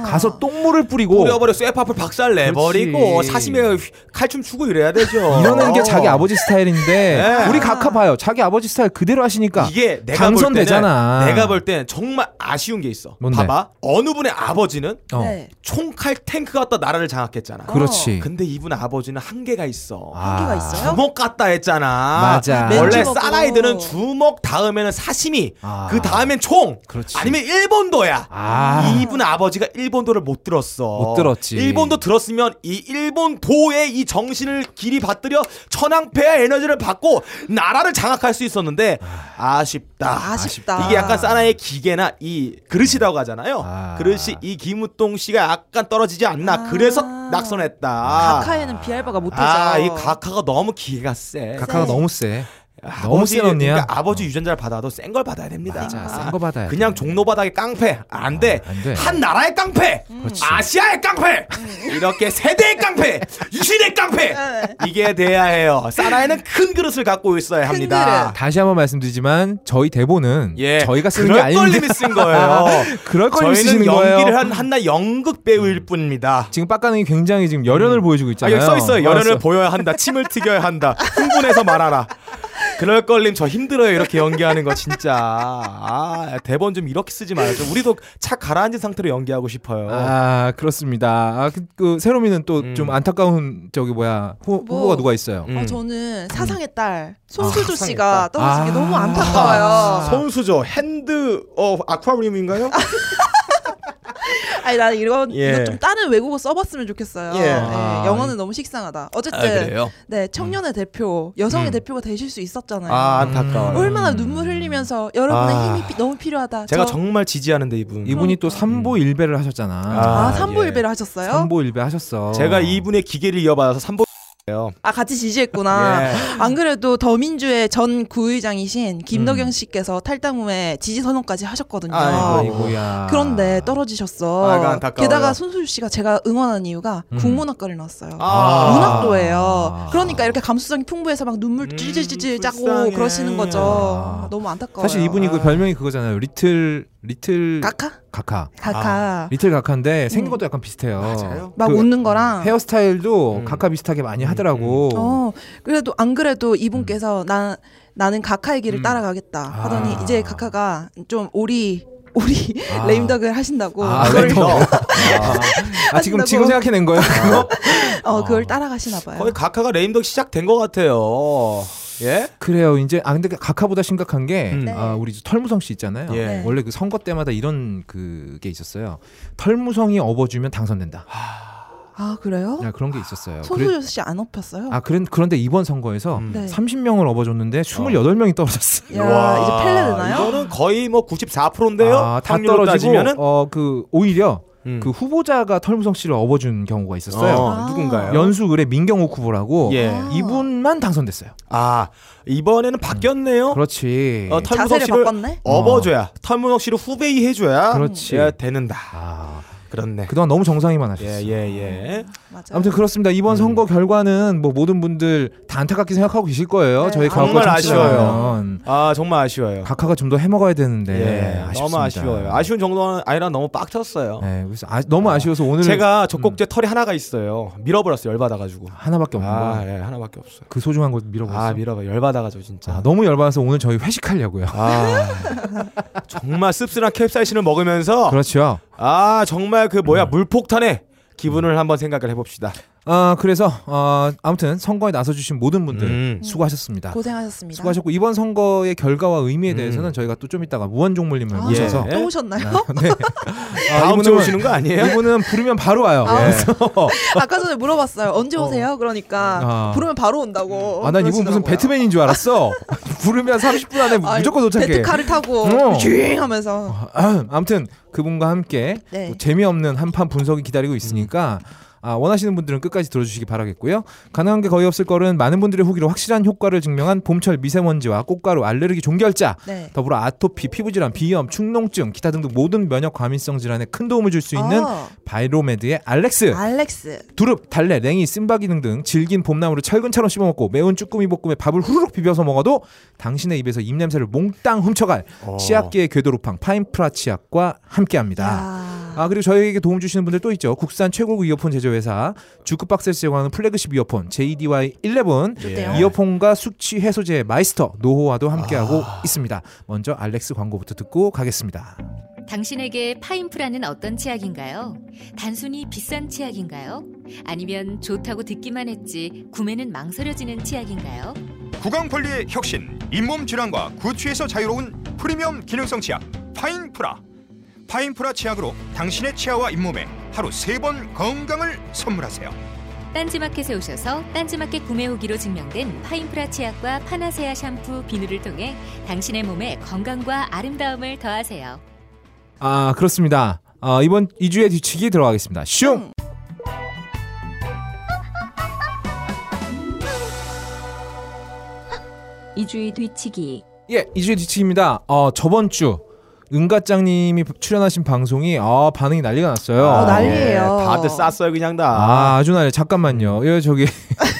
Speaker 1: 가서 똥물을 뿌리고
Speaker 2: 뿌려버려 쇠파풀 박살 내버리고
Speaker 1: 그렇지.
Speaker 2: 사심에 휘- 칼춤 추고 이래야 되죠.
Speaker 1: 이러는 게 자기 아버지 스타일인데
Speaker 2: 어. 예.
Speaker 1: 우리 각하 봐요. 자기 아버지 스타일 그대로 하시니까
Speaker 2: 이게 내가
Speaker 1: 그러니까 당선되잖아.
Speaker 2: 볼 때는, 내가 볼 때는 정말 아쉬운 게 있어.
Speaker 1: 뭔데?
Speaker 2: 봐봐. 어느 분의 아버지는
Speaker 1: 어.
Speaker 3: 네.
Speaker 2: 총칼 탱크 갖다 나라를 장악했잖아.
Speaker 1: 그렇지.
Speaker 2: 어. 근데 이분 아버지는 한계가 있어.
Speaker 3: 한계가 있어요?
Speaker 2: 주먹 같다 했잖아.
Speaker 1: 맞아.
Speaker 3: 맨
Speaker 2: 원래
Speaker 3: 주먹으로.
Speaker 2: 사나이들은 주먹 다음에는 사시미,
Speaker 1: 아.
Speaker 2: 그 다음엔 총,
Speaker 1: 그렇지.
Speaker 2: 아니면 일본도야.
Speaker 1: 아.
Speaker 2: 이분 아버지가 일본도를 못 들었어.
Speaker 1: 못 들었지.
Speaker 2: 일본도 들었으면 이 일본도의 이 정신을 길이 받들여 천황폐의 에너지를 받고 나라를 장악할 수 있었는데 아쉽다.
Speaker 3: 아쉽다.
Speaker 2: 이게 약간 사나이의 기계나 이 그릇이라고 하잖아요.
Speaker 1: 아.
Speaker 2: 그릇이 이 김우동 씨가 약간 떨어지지 않나.
Speaker 3: 아.
Speaker 2: 그래서 낙선했다.
Speaker 3: 각하에는 비알바가 못하죠.
Speaker 2: 아, 이 각하가 너무 기계가 세.
Speaker 1: 각하가
Speaker 3: 세.
Speaker 1: 너무 세.
Speaker 2: 아버지,
Speaker 1: 너무 센 언니야. 어.
Speaker 2: 그러니까 아버지 유전자를 받아도 센 걸 받아야 됩니다.
Speaker 1: 맞아, 센거 받아야
Speaker 2: 그냥
Speaker 1: 돼.
Speaker 2: 종로 바닥의 깡패 안 돼.
Speaker 1: 아, 안 돼. 음.
Speaker 2: 한 나라의 깡패, 아시아의 깡패, 이렇게 세대의 깡패, 유신의 깡패 이게 돼야 해요. 사나이는 큰 그릇을 갖고 있어야 합니다.
Speaker 1: 다시 한번 말씀드리지만 저희 대본은
Speaker 2: 예,
Speaker 1: 저희가 쓴 게
Speaker 2: 그럴
Speaker 1: 아닌데
Speaker 2: 걸림이 쓴 거예요.
Speaker 1: 그럴 걸림이
Speaker 2: 저희는
Speaker 1: 쓰시는 거예요.
Speaker 2: 연기를 한 한나 연극 배우일 뿐입니다.
Speaker 1: 지금 빡가능이 굉장히 지금 열연을 보여주고
Speaker 2: 아,
Speaker 1: 있잖아요.
Speaker 2: 여기 써 있어요.
Speaker 1: 알았어.
Speaker 2: 열연을 보여야 한다. 침을 튀겨야 한다. 흥분해서 말하라. 그럴 걸림 저 힘들어요. 이렇게 연기하는 거 진짜. 아, 대본 좀 이렇게 쓰지 말아요. 우리도 차 가라앉은 상태로 연기하고 싶어요.
Speaker 1: 아 그렇습니다. 아, 그, 그 세로미는 또
Speaker 2: 음.
Speaker 1: 좀 안타까운 저기 뭐야 후,
Speaker 3: 뭐.
Speaker 1: 후보가 누가 있어요?
Speaker 2: 음. 아,
Speaker 3: 아, 저는 사상의 딸 손수조
Speaker 2: 사상의
Speaker 3: 씨가
Speaker 2: 딸.
Speaker 3: 떨어진 게
Speaker 1: 아.
Speaker 3: 너무 안타까워요.
Speaker 1: 아.
Speaker 2: 손수저 핸드 어 아쿠아리움인가요?
Speaker 3: 아니 나는 이런
Speaker 2: 예.
Speaker 3: 이거 좀 다른 외국어 써봤으면 좋겠어요.
Speaker 2: 예. 아,
Speaker 3: 예,
Speaker 1: 아.
Speaker 3: 영어는 너무 식상하다. 어쨌든 네 청년의 대표 여성의 대표가 되실 수 있었잖아요.
Speaker 2: 음. 아 안타까워요.
Speaker 3: 얼마나 눈물 흘리면서 여러분의
Speaker 2: 아.
Speaker 3: 힘이 피- 너무 필요하다.
Speaker 2: 제가
Speaker 3: 저-
Speaker 2: 정말 지지하는데 이분.
Speaker 1: 이분이
Speaker 3: 음.
Speaker 1: 또 삼보 일배를
Speaker 2: 아.
Speaker 1: 하셨잖아.
Speaker 3: 아 삼보
Speaker 2: 예.
Speaker 3: 일배를 하셨어요?
Speaker 1: 삼보 일배 하셨어.
Speaker 2: 제가 이분의 기계를 이어받아서 3보예요.
Speaker 3: 아 같이
Speaker 2: 예.
Speaker 3: 지지했구나.
Speaker 2: 음.
Speaker 3: 안 그래도 더민주의 전 구의장이신 김덕영 씨께서 탈당 후에 지지 선언까지 하셨거든요.
Speaker 2: 아이고.
Speaker 1: 아이고야.
Speaker 3: 그런데 떨어지셨어.
Speaker 2: 아이고, 안타까워요. 음.
Speaker 3: 게다가 손수주 씨가 제가 응원한 이유가 국문학과를 나왔어요.
Speaker 2: 아. 음,
Speaker 3: 문학도예요. 그러니까 이렇게 감수성이 풍부해서 막 눈물 찔찔찔찔 짜고
Speaker 2: 불쌍해.
Speaker 3: 그러시는 거죠.
Speaker 1: 아.
Speaker 3: 아, 너무 안타까워요.
Speaker 1: 사실 이분이 그 별명이 그거잖아요. 리틀
Speaker 2: 그-
Speaker 1: 리틀
Speaker 2: 아.
Speaker 3: 가카?
Speaker 1: 가카.
Speaker 3: 가카.
Speaker 1: 리틀 가카인데 생긴 것도 약간 비슷해요.
Speaker 2: 맞아요.
Speaker 3: 음. 막
Speaker 1: 그
Speaker 3: 웃는 거랑
Speaker 1: 헤어스타일도
Speaker 2: 음.
Speaker 1: 가카 비슷하게 많이 하더라고. 음.
Speaker 3: 어 그래도 안 그래도 이분께서 나 나는 가카의 길을 따라가겠다 하더니
Speaker 1: 아.
Speaker 3: 이제 가카가 좀 오리 오리
Speaker 1: 아.
Speaker 3: 레임덕을 하신다고
Speaker 1: 아,
Speaker 3: 그걸
Speaker 1: 랜덤. 아, 아, 지금 지금
Speaker 3: 하신다고.
Speaker 1: 생각해낸 거예요. 그거? 아.
Speaker 3: 어 그걸 따라가시나 봐요.
Speaker 2: 거의 각하가 레임덕 시작된 것 같아요. 예?
Speaker 1: 그래요. 이제 아 근데 가카보다 심각한 게
Speaker 2: 음.
Speaker 1: 아, 우리 이제 털무성 씨 있잖아요.
Speaker 2: 예.
Speaker 3: 네.
Speaker 1: 원래 그 선거 때마다 이런 그게 있었어요. 털무성이 업어주면 당선된다.
Speaker 3: 아 그래요?
Speaker 1: 야, 그런 게 있었어요.
Speaker 3: 손수조 씨 안 업혔어요?
Speaker 1: 아 그런 그런데 이번 선거에서
Speaker 2: 음.
Speaker 3: 네.
Speaker 1: 30명을 업어줬는데 28명이 떨어졌어.
Speaker 3: 야
Speaker 2: 와,
Speaker 3: 이제 펠레 되나요?
Speaker 2: 이거는 거의 뭐 94%인데요.
Speaker 1: 아, 다
Speaker 2: 확률로
Speaker 1: 떨어지고
Speaker 2: 따지면은
Speaker 1: 어그 오히려
Speaker 2: 음.
Speaker 1: 그 후보자가 털무성 씨를 업어준 경우가 있었어요.
Speaker 2: 어,
Speaker 3: 아.
Speaker 2: 누군가요?
Speaker 1: 연수을의 민경욱 후보라고
Speaker 2: 예.
Speaker 3: 아.
Speaker 1: 이분만 당선됐어요.
Speaker 2: 아 이번에는 바뀌었네요.
Speaker 1: 음, 그렇지.
Speaker 2: 어, 털무석
Speaker 3: 자세를
Speaker 2: 씨를
Speaker 3: 바꿨네.
Speaker 2: 업어줘야 털무석 씨를 후배이 해줘야
Speaker 1: 그렇지.
Speaker 2: 예, 되는다.
Speaker 1: 아
Speaker 2: 그렇네.
Speaker 1: 그동안 너무 정상이만 하셨어.
Speaker 2: 예예 예.
Speaker 3: 맞아요.
Speaker 1: 아무튼 그렇습니다. 이번
Speaker 2: 네.
Speaker 1: 선거 결과는 뭐 모든 분들 다 안타깝게 생각하고 계실 거예요.
Speaker 3: 네,
Speaker 1: 저희
Speaker 2: 정말
Speaker 1: 과거
Speaker 2: 아쉬워요. 아 정말 아쉬워요.
Speaker 1: 각하가 좀 더 해먹어야 되는데
Speaker 2: 예,
Speaker 1: 네, 아쉽습니다.
Speaker 2: 너무 아쉬워요. 아쉬운 정도는 아니라 너무 빡쳤어요.
Speaker 1: 네, 그래서 아, 너무 아쉬워서 오늘 음.
Speaker 2: 제가 젖꼭지에 털이 하나가 있어요. 밀어버렸어요. 열받아가지고.
Speaker 1: 하나밖에 없는
Speaker 2: 아
Speaker 1: 거야.
Speaker 2: 예, 하나밖에 없어요.
Speaker 1: 그 소중한 거 밀어버렸어.
Speaker 2: 아 밀어봐. 열받아가지고 진짜.
Speaker 1: 아, 너무 열받아서 오늘 저희 회식하려고요.
Speaker 2: 아 정말 씁쓸한 캡사이신을 먹으면서
Speaker 1: 그렇죠.
Speaker 2: 아 정말 그 뭐야 물폭탄의 기분을 한번 생각을 해봅시다.
Speaker 1: 아 그래서 어, 아무튼 선거에 나서주신 모든 분들
Speaker 2: 음.
Speaker 1: 수고하셨습니다.
Speaker 3: 고생하셨습니다.
Speaker 1: 그, 수고하셨고 이번 선거의 결과와 의미에
Speaker 2: 음.
Speaker 1: 대해서는 저희가 또 좀 이따가 무한종물님을
Speaker 3: 아,
Speaker 1: 모셔서
Speaker 2: 예.
Speaker 3: 또 오셨나요?
Speaker 1: 네. 아,
Speaker 2: 다음 주에
Speaker 1: 이분은- 네.
Speaker 2: 오시는 거 아니에요?
Speaker 1: 이분은 부르면 바로 와요. 예.
Speaker 3: 아.
Speaker 1: 그래서
Speaker 3: 아까 전에 물어봤어요. 언제 오세요? 그러니까
Speaker 1: 아.
Speaker 3: 부르면 바로 온다고.
Speaker 1: 아, 난 이분 무슨 배트맨인 줄 알았어. 부르면 30분 안에
Speaker 3: 아유,
Speaker 1: 무조건 도착해.
Speaker 3: 배트카를 타고
Speaker 1: 어.
Speaker 3: 쥐잉하면서
Speaker 1: 아무튼 그분과 함께
Speaker 3: 네.
Speaker 1: 또 재미없는 한판 분석이 기다리고 있으니까 아, 원하시는 분들은 끝까지 들어주시기 바라겠고요. 가능한 게 거의 없을 거는 많은 분들의 후기로 확실한 효과를 증명한 봄철 미세먼지와 꽃가루, 알레르기, 종결자,
Speaker 3: 네.
Speaker 1: 더불어 아토피, 피부질환, 비염, 축농증, 기타 등등 모든 면역 과민성 질환에 큰 도움을 줄 수 있는
Speaker 3: 아,
Speaker 1: 바이로메드의 알렉스,
Speaker 3: 알렉스
Speaker 1: 두릅, 달래, 냉이, 쓴바귀 등등 질긴 봄나물을 철근처럼 씹어먹고 매운 쭈꾸미 볶음에 밥을 후루룩 비벼서 먹어도 당신의 입에서 입냄새를 몽땅 훔쳐갈
Speaker 2: 어.
Speaker 1: 치약계의 궤도루팡 파인프라 치약과 함께합니다.
Speaker 3: 아.
Speaker 1: 아 그리고 저희에게 도움 주시는 분들 또 있죠. 국산 최고급 이어폰 제조 회사 주크박스에서 제공하는 플래그십 이어폰 JDY 11
Speaker 3: 좋대요.
Speaker 2: 예.
Speaker 1: 이어폰과 숙취 해소제 마이스터 노호와도 함께하고 있습니다. 먼저 알렉스 광고부터 듣고 가겠습니다.
Speaker 4: 당신에게 파인프라는 어떤 치약인가요? 단순히 비싼 치약인가요? 아니면 좋다고 듣기만 했지 구매는 망설여지는 치약인가요?
Speaker 5: 구강 관리의 혁신, 잇몸 질환과 구취에서 자유로운 프리미엄 기능성 치약 파인프라. 파인프라 치약으로 당신의 치아와 잇몸에 하루 세 번 건강을 선물하세요.
Speaker 4: 딴지마켓에 오셔서 딴지마켓 구매 후기로 증명된 파인프라 치약과 파나세아 샴푸 비누를 통해 당신의 몸에 건강과 아름다움을 더하세요.
Speaker 1: 아 그렇습니다. 아, 이번 2주의 뒤치기 들어가겠습니다. 슝!
Speaker 4: 이주의 뒤치기
Speaker 1: 예, 2주의 뒤치기입니다. 어, 저번 주 은가짱님이 출연하신 방송이 아, 반응이 난리가 났어요.
Speaker 3: 어, 난리예요.
Speaker 2: 예, 다들 쌌어요 그냥 다.
Speaker 1: 아, 아주 난리. 잠깐만요. 예, 저기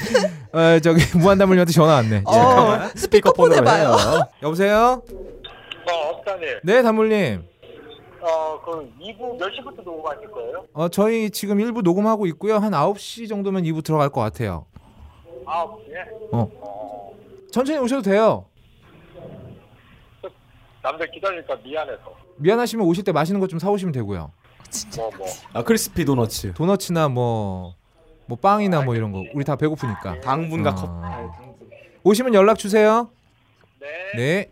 Speaker 1: 어, 저기 무한담물님한테 전화 왔네.
Speaker 3: 어,
Speaker 1: 예.
Speaker 3: 스피커폰 해봐요.
Speaker 1: 여보세요?
Speaker 6: 어, 업다님.
Speaker 1: 네, 담물님.
Speaker 6: 어, 그럼 2부 몇 시부터 녹음하실 거예요?
Speaker 1: 어, 저희 지금 일부 녹음하고 있고요. 한 9시 정도면 2부 들어갈 것 같아요.
Speaker 6: 9시에?
Speaker 1: 천천히 오셔도 돼요.
Speaker 6: 남들 기다리니까 미안해서.
Speaker 1: 미안하시면 오실 때 맛있는 것 좀 사오시면 되고요.
Speaker 6: 뭐, 뭐.
Speaker 2: 아, 크리스피 도너츠.
Speaker 1: 도넛이나 뭐, 뭐 빵이나 뭐 이런 거. 우리 다 배고프니까.
Speaker 2: 당분과 컵.
Speaker 1: 아. 오시면 연락 주세요.
Speaker 6: 네.
Speaker 1: 네.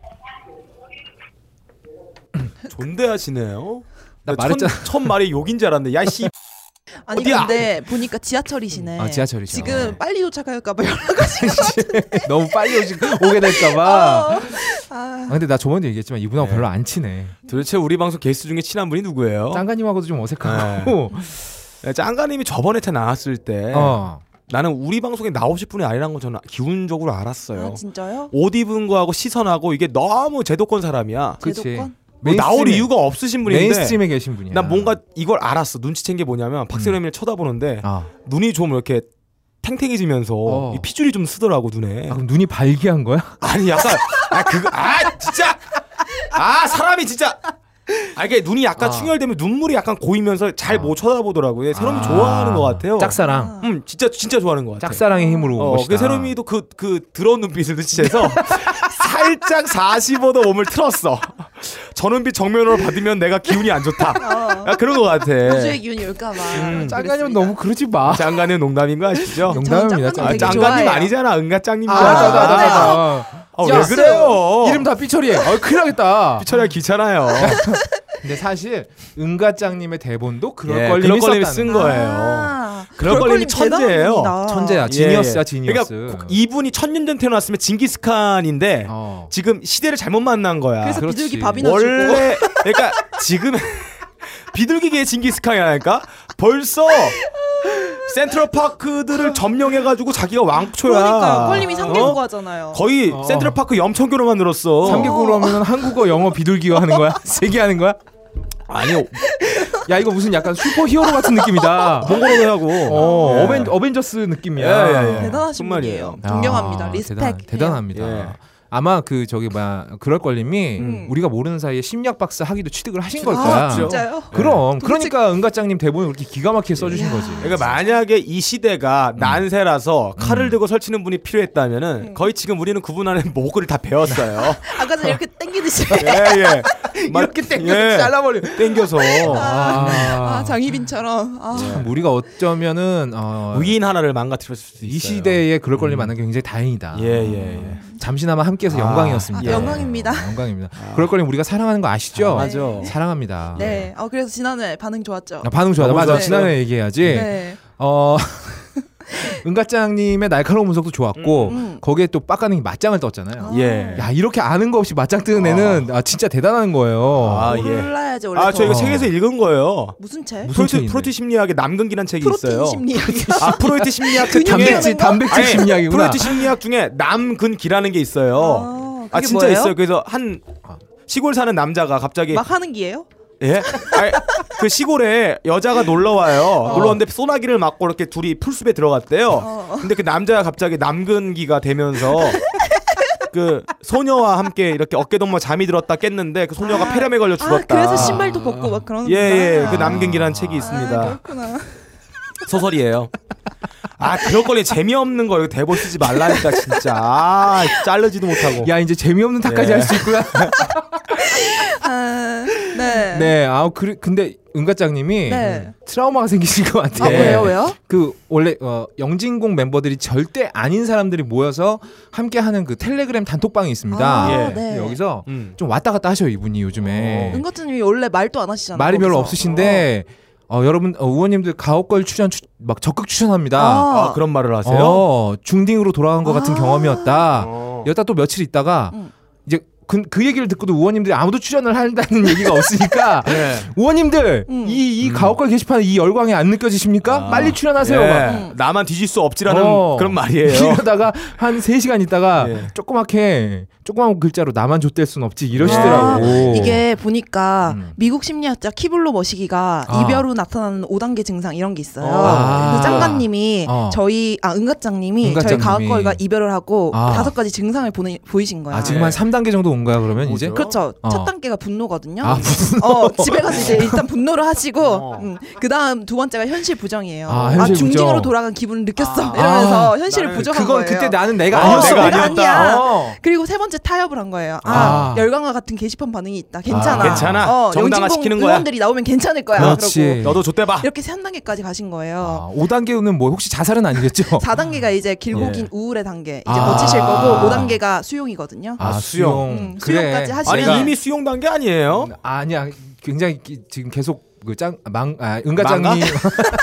Speaker 2: 존대하시네요.
Speaker 1: 나
Speaker 2: 첫-
Speaker 1: 말했잖아.
Speaker 2: 첫 말이 욕인 줄 알았는데 야씨
Speaker 3: 아니
Speaker 2: 어디야?
Speaker 3: 근데 보니까 지하철이시네.
Speaker 1: 아, 지하철이죠.
Speaker 3: 지금
Speaker 1: 네.
Speaker 3: 빨리 도착할까봐 연락하신 것 같은데.
Speaker 1: 너무 빨리 오시, 오게 될까봐.
Speaker 3: 어.
Speaker 1: 아,
Speaker 3: 아,
Speaker 1: 근데 나 저번에 얘기했지만 이분하고
Speaker 2: 네.
Speaker 1: 별로 안 친해.
Speaker 2: 도대체 우리 방송 게스트 중에 친한 분이 누구예요?
Speaker 1: 짱가님하고도 좀 어색하고.
Speaker 2: 예, 짱가님이 저번에 차 나왔을 때
Speaker 1: 어.
Speaker 2: 나는 우리 방송에 나오실 분이 아니라는 건 저는 기운적으로 알았어요.
Speaker 3: 아, 진짜요?
Speaker 2: 옷 입은 거하고 시선하고 이게 너무 제도권 사람이야.
Speaker 1: 그렇지.
Speaker 3: 제도권?
Speaker 2: 뭐 나올
Speaker 1: 메인스트림에-
Speaker 2: 이유가 없으신 분인데
Speaker 1: 메인스트림에 계신 분이야. 음.
Speaker 2: 난 뭔가 이걸 알았어. 눈치챈 게 뭐냐면 박세롬이를 쳐다보는데
Speaker 1: 아,
Speaker 2: 눈이 좀 이렇게 탱탱해지면서
Speaker 1: 어.
Speaker 2: 이 피줄이 좀 쓰더라고 눈에.
Speaker 1: 아, 그럼 눈이 발기한 거야?
Speaker 2: 아니 약간 아 그거 아 진짜 아 사람이 진짜 아 이게 눈이 약간
Speaker 1: 아.
Speaker 2: 충혈되면 눈물이 약간 고이면서 잘 못
Speaker 1: 아.
Speaker 2: 쳐다보더라고요. 세롬이
Speaker 1: 아.
Speaker 2: 좋아하는 것 같아요.
Speaker 1: 짝사랑.
Speaker 3: 아.
Speaker 2: 음 진짜 진짜 좋아하는 것 같아.
Speaker 1: 짝사랑의 힘으로 온
Speaker 2: 어,
Speaker 1: 것이다.
Speaker 2: 그 세롬이도 그 그 더러운 눈빛을 눈치채서 살짝 45도 몸을 틀었어. 저 눈빛 정면으로 받으면 내가 기운이 안 좋다.
Speaker 3: 어.
Speaker 2: 아, 그런 것 같아.
Speaker 3: 우주의 기운이 올까봐.
Speaker 1: 짱가님 너무 그러지 마.
Speaker 2: 장관의 농담인 거 아시죠?
Speaker 1: 농담입니다.
Speaker 3: 저는
Speaker 2: 아,
Speaker 3: 되게
Speaker 2: 장관님
Speaker 3: 좋아해요.
Speaker 2: 아니잖아. 은가짱님이잖아.
Speaker 3: 아, 맞아, 맞아, 맞아.
Speaker 2: 아, 왜 그래요?
Speaker 1: 이름 다 삐처리해. 어, 큰일 나겠다.
Speaker 2: 비철이가 귀찮아요.
Speaker 1: 근데 사실 은가짱님의 대본도 그럴
Speaker 2: 예,
Speaker 1: 걸림이
Speaker 2: 걸림이
Speaker 1: 썼다는 아,
Speaker 2: 쓴 거예요.
Speaker 3: 아,
Speaker 2: 그럴 걸림이 천재예요.
Speaker 3: 대단합니다.
Speaker 1: 천재야. 지니어스야, 지니어스.
Speaker 2: 그러니까 고- 이분이 천년 전에 태어났으면 징기스칸인데
Speaker 1: 어.
Speaker 2: 지금 시대를 잘못 만난 거야.
Speaker 3: 그래서
Speaker 1: 그렇지.
Speaker 3: 비둘기 밥이나 주고.
Speaker 2: 원래 그러니까 지금 비둘기계의 징기스칸이라니까 벌써 센트럴 파크들을 점령해가지고 자기가 왕초야.
Speaker 3: 그러니까 꼴림이
Speaker 2: 어?
Speaker 3: 상계고 하잖아요.
Speaker 2: 거의
Speaker 1: 어.
Speaker 2: 센트럴 파크 염천교로 만들었어.
Speaker 1: 삼개국으로 하면은 한국어, 영어, 비둘기어 하는 거야? 세개 하는 거야?
Speaker 2: 아니요.
Speaker 1: 야 이거 무슨 약간 슈퍼 히어로 같은 느낌이다.
Speaker 2: 몽골어도 하고.
Speaker 1: 어,
Speaker 2: 예.
Speaker 1: 어벤, 어벤저스 느낌이야.
Speaker 2: 예, 예, 예.
Speaker 3: 대단하신
Speaker 2: 정말이에요.
Speaker 3: 분이에요. 존경합니다.
Speaker 1: 아,
Speaker 3: 리스펙. 예.
Speaker 1: 대단, 대단합니다.
Speaker 2: 예.
Speaker 1: 아마 그 저기 뭐야 그럴 걸림이
Speaker 3: 음.
Speaker 1: 우리가 모르는 사이에 심리학 박사 학위도 취득을 하신 걸 거야.
Speaker 3: 아, 진짜요?
Speaker 1: 그럼
Speaker 3: 도대체-
Speaker 1: 그러니까 은가짱님 대본을 그렇게 기가 막히게 써주신
Speaker 3: 이야.
Speaker 1: 거지.
Speaker 2: 그러니까 만약에 이 시대가 난세라서
Speaker 1: 음.
Speaker 2: 칼을 들고 설치는 분이
Speaker 3: 음.
Speaker 2: 필요했다면은 거의 지금 우리는 그분 안에 목을 다 베었어요.
Speaker 3: 아까 전에 이렇게 땡기듯이.
Speaker 2: 예예. 예.
Speaker 1: 이렇게 땡겨서 잘라버려.
Speaker 2: 땡겨서
Speaker 1: 아, 예.
Speaker 3: 아, 장희빈처럼. 아,
Speaker 1: 참 우리가 어쩌면은 어,
Speaker 2: 위인 하나를 망가뜨릴 수도 있어요.
Speaker 1: 이 아. 시대에 그럴 걸림 많은 게 굉장히 다행이다.
Speaker 2: 예예 예.
Speaker 1: 잠시나마 함께해서
Speaker 2: 아,
Speaker 1: 영광이었습니다.
Speaker 3: 아, 영광입니다.
Speaker 1: 아, 영광입니다. 그럴 걸림 우리가 사랑하는 거 아시죠?
Speaker 2: 아, 맞아.
Speaker 1: 사랑합니다.
Speaker 3: 네. 어, 그래서 지난해 반응 좋았죠.
Speaker 1: 아, 예. 반응 좋아.
Speaker 2: 너무
Speaker 1: 맞아.
Speaker 2: 좋았어요.
Speaker 1: 지난해 얘기해야지.
Speaker 3: 네.
Speaker 1: 어. 은가짱님의 날카로운 분석도 좋았고
Speaker 3: 음.
Speaker 1: 거기에 또 빡가능이 맞짱을 떴잖아요.
Speaker 3: 아.
Speaker 2: 예.
Speaker 1: 야 이렇게 아는 거 없이 맞짱 뜨는 애는 아, 진짜 대단한 거예요.
Speaker 2: 아 예.
Speaker 3: 몰라야지 원래.
Speaker 2: 아 저 이거
Speaker 1: 어.
Speaker 2: 책에서 읽은 거예요.
Speaker 3: 무슨 책?
Speaker 1: 무슨
Speaker 2: 프로이트
Speaker 1: 책인데?
Speaker 2: 프로이트 심리학의 남근기란 책이
Speaker 3: 프로틴
Speaker 2: 있어요.
Speaker 3: 심리.
Speaker 2: 아 프로이트 심리학
Speaker 3: 근육
Speaker 2: 중에
Speaker 1: 그 단백질 단백질
Speaker 2: 뭐? 아니,
Speaker 1: 심리학이구나.
Speaker 2: 프로이트 심리학 중에 남근기라는 게 있어요.
Speaker 3: 아,
Speaker 2: 아
Speaker 3: 그게
Speaker 2: 진짜
Speaker 3: 뭐예요?
Speaker 2: 있어요. 그래서 한 아, 시골 사는 남자가 갑자기
Speaker 3: 막 하는 기예요?
Speaker 2: 예? 아니, 그 시골에 여자가 놀러 와요.
Speaker 3: 어.
Speaker 2: 놀러 왔는데 소나기를 맞고 이렇게 둘이 풀숲에 들어갔대요. 근데 그 남자가 갑자기 남근기가 되면서 그 소녀와 함께 이렇게 어깨동무 잠이 들었다 깼는데 그 소녀가 폐렴에 걸려
Speaker 3: 아,
Speaker 2: 죽었다.
Speaker 3: 그래서 신발도 벗고 막 그러는
Speaker 2: 예, 예.
Speaker 3: 거구나.
Speaker 2: 그 남근기라는 책이
Speaker 3: 아,
Speaker 2: 있습니다.
Speaker 3: 그렇구나.
Speaker 2: 소설이에요. 아, 그럴 거니 재미없는 거 이거 대본 쓰지 말라니까 진짜. 아, 자르지도 못하고.
Speaker 1: 야 이제 재미없는 탓까지
Speaker 2: 예.
Speaker 1: 할 수 있구나.
Speaker 3: 아, 네.
Speaker 1: 네. 아 그, 근데 은가짱님이
Speaker 3: 네.
Speaker 1: 트라우마가 생기신 것 같아요.
Speaker 3: 아, 왜요, 왜요?
Speaker 1: 그 원래 어, 영진공 멤버들이 절대 아닌 사람들이 모여서 함께하는 그 텔레그램 단톡방이 있습니다.
Speaker 3: 아,
Speaker 2: 예.
Speaker 3: 네.
Speaker 1: 여기서
Speaker 2: 음. 어.
Speaker 1: 좀 왔다 갔다 하셔요 이분이 요즘에
Speaker 3: 은거트님이 원래 말도 안 하시잖아요.
Speaker 1: 말이 별로
Speaker 3: 거기서.
Speaker 1: 없으신데 어, 여러분 어, 의원님들 가옥걸 추천 추, 막 적극 추천합니다.
Speaker 2: 아, 그런 말을 하세요?
Speaker 1: 어, 중딩으로 돌아간 것 같은
Speaker 3: 아.
Speaker 1: 경험이었다.
Speaker 2: 어.
Speaker 1: 여기다 또 며칠 있다가
Speaker 3: 음.
Speaker 1: 이제 그, 그 얘기를 듣고도 의원님들이 아무도 출연을 한다는 얘기가 없으니까
Speaker 2: 예.
Speaker 1: 의원님들
Speaker 3: 음.
Speaker 1: 이 이 가옥걸 게시판 이 열광이 안 느껴지십니까?
Speaker 2: 아.
Speaker 1: 빨리 출연하세요.
Speaker 2: 예.
Speaker 1: 막.
Speaker 3: 음.
Speaker 2: 나만 뒤질 수 없지라는
Speaker 1: 어.
Speaker 2: 그런 말이에요.
Speaker 1: 이러다가 한 3시간 있다가
Speaker 2: 예.
Speaker 1: 조그맣게 조그만 글자로 나만 좆될 순 없지
Speaker 3: 아,
Speaker 1: 이러시더라고.
Speaker 3: 이게 보니까
Speaker 1: 음.
Speaker 3: 미국 심리학자 키블로 머시기가
Speaker 1: 아.
Speaker 3: 이별 후 나타나는 5단계 증상 이런 게 있어요.
Speaker 1: 아.
Speaker 3: 그래서 짱가님이
Speaker 1: 어.
Speaker 3: 저희 아 은가짱님이 저희
Speaker 1: 은가짱님이.
Speaker 3: 가옥걸과 이별을 하고
Speaker 1: 아.
Speaker 3: 다섯 가지 증상을 보내, 보이신 거예요.
Speaker 1: 아, 지금 한 3단계 정도 온 거야 그러면 이제?
Speaker 2: 뭐죠?
Speaker 3: 그렇죠.
Speaker 1: 어.
Speaker 3: 첫 단계가 분노거든요.
Speaker 1: 아, 분노.
Speaker 3: 어, 집에 가서 이제 일단 분노를 하시고
Speaker 2: 어.
Speaker 3: 음, 그다음 두 번째가 현실 부정이에요.
Speaker 1: 아,
Speaker 3: 아,
Speaker 1: 현실
Speaker 3: 중딩으로
Speaker 1: 부정.
Speaker 3: 돌아간 기분을 느꼈어.
Speaker 2: 아.
Speaker 3: 이러면서
Speaker 2: 아,
Speaker 3: 현실을
Speaker 2: 나는
Speaker 3: 부정한
Speaker 1: 그건
Speaker 3: 거예요.
Speaker 1: 그때 나는 내가
Speaker 2: 아,
Speaker 1: 아니었어.
Speaker 2: 내가
Speaker 3: 내가 아니야.
Speaker 1: 어.
Speaker 3: 그리고 세 번째 타협을 한 거예요.
Speaker 1: 아.
Speaker 3: 아, 열광과 같은 게시판 반응이 있다. 괜찮아.
Speaker 1: 아,
Speaker 2: 괜찮아. 정당화시키는
Speaker 3: 영진공
Speaker 2: 거야.
Speaker 3: 의원들이 나오면 괜찮을 거야.
Speaker 1: 그렇지.
Speaker 3: 러고
Speaker 2: 너도 좆대봐.
Speaker 3: 이렇게 세 단계까지 가신 거예요.
Speaker 1: 아, 5단계는 뭐 혹시 자살은 아니겠죠?
Speaker 3: 사 4단계가 이제 길고
Speaker 2: 예.
Speaker 3: 긴 우울의 단계. 이제
Speaker 1: 아.
Speaker 3: 거치실 거고 그 5단계가 수용이거든요.
Speaker 1: 아,
Speaker 2: 수용.
Speaker 1: 수용.
Speaker 3: 음, 수용까지 음. 하시면-
Speaker 2: 아니
Speaker 1: 제가-
Speaker 2: 이미 수용 단계 아니에요?
Speaker 1: 아니야. 굉장히 기- 지금 계속 그짱망 아, 은가짱님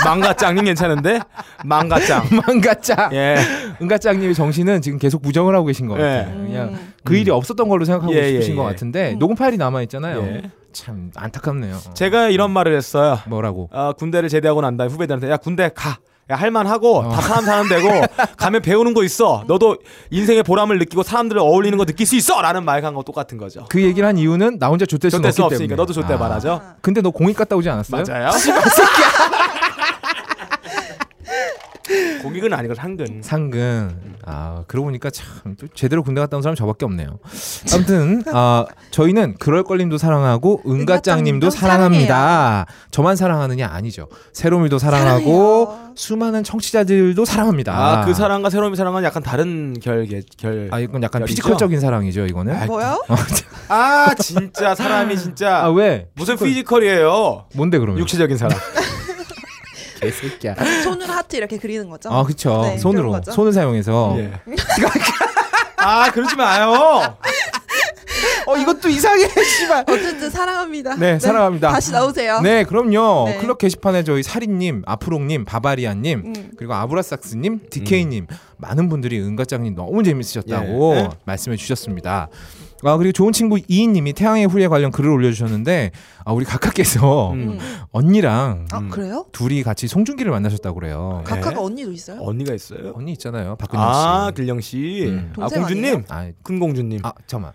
Speaker 2: 망가짱님 괜찮은데? 망가짱.
Speaker 1: 망가짱
Speaker 2: 예.
Speaker 1: 은가짱님의 정신은 지금 계속 부정을 하고 계신 것
Speaker 2: 예.
Speaker 1: 같아요. 그냥 그 일이 없었던 걸로 생각하고
Speaker 2: 예,
Speaker 1: 싶으신
Speaker 2: 예,
Speaker 1: 것
Speaker 2: 예.
Speaker 1: 같은데 녹음 파일이 남아 있잖아요.
Speaker 2: 예.
Speaker 1: 참 안타깝네요.
Speaker 2: 제가 이런 말을 했어요.
Speaker 1: 뭐라고?
Speaker 2: 어, 군대를 제대하고 난 다음에 후배들한테 야 군대 가. 야 할만하고
Speaker 1: 어.
Speaker 2: 다 사람 사는 데고 가면 배우는 거 있어. 너도 인생의 보람을 느끼고 사람들을 어울리는 거 느낄 수 있어라는 말 한 거 똑같은 거죠.
Speaker 1: 그 얘기를 한 이유는 나 혼자 좆될 수
Speaker 2: 좆될
Speaker 1: 없기
Speaker 2: 수
Speaker 1: 때문에.
Speaker 2: 없으니까 너도 좆대 말하죠.
Speaker 1: 아. 근데 너 공익 갔다 오지 않았어요?
Speaker 2: 맞아요. 공익은 아니고 한근.
Speaker 1: 상근. 아 그러고 보니까 참또 제대로 군대 갔다 온 사람 저밖에 없네요. 아무튼 아 저희는 그럴 걸림도 사랑하고 은가짱님도
Speaker 3: 은가짱님도
Speaker 1: 사랑합니다. 저만 사랑하느냐 아니죠. 새로미도 사랑하고 수많은 청취자들도 사랑합니다.
Speaker 2: 아그 사랑과 새로운 사랑은 약간 다른 결계 결.
Speaker 1: 아 이건 약간
Speaker 2: 결이죠?
Speaker 1: 피지컬적인 사랑이죠 이거는.
Speaker 2: 네.
Speaker 1: 어,
Speaker 2: 아이,
Speaker 3: 뭐요?
Speaker 2: 아 진짜 사람이 진짜
Speaker 1: 아 왜?
Speaker 2: 무슨 피지컬이에요?
Speaker 1: 뭔데 그러면?
Speaker 2: 육체적인 사람.
Speaker 1: 개새끼야.
Speaker 3: 손으로 하트 이렇게 그리는 거죠.
Speaker 1: 아 그쵸.
Speaker 3: 네, 그런
Speaker 1: 손으로
Speaker 3: 거죠.
Speaker 1: 손을 사용해서.
Speaker 2: 예. 아 그러지 마요.
Speaker 1: 어 이것도 이상해. 씨발.
Speaker 3: 어쨌든 사랑합니다.
Speaker 1: 네, 사랑합니다.
Speaker 3: 다시 나오세요.
Speaker 1: 네, 그럼요.
Speaker 3: 아. 네.
Speaker 1: 클럽 게시판에 저희 사리님, 아프롱님, 바바리아님,
Speaker 3: 음.
Speaker 1: 그리고 아브라삭스님, 디케이님 많은 분들이 은가짱님 너무 재밌으셨다고
Speaker 2: 예. 네.
Speaker 1: 말씀해 주셨습니다. 아 그리고 좋은 친구 이인님이 태양의 후예 관련 글을 올려주셨는데 아 우리 각하께서
Speaker 2: 음.
Speaker 1: 언니랑
Speaker 3: 아 그래요? 아,
Speaker 1: 둘이 같이 송중기를 만나셨다고 그래요.
Speaker 2: 네.
Speaker 3: 각하가 언니도 있어요?
Speaker 2: 언니가 있어요?
Speaker 1: 언니 있잖아요, 박근혜 씨.
Speaker 2: 아 길령 씨.
Speaker 1: 음.
Speaker 2: 아
Speaker 3: 동생
Speaker 2: 공주님.
Speaker 1: 아,
Speaker 2: 큰 공주님.
Speaker 1: 아 잠만.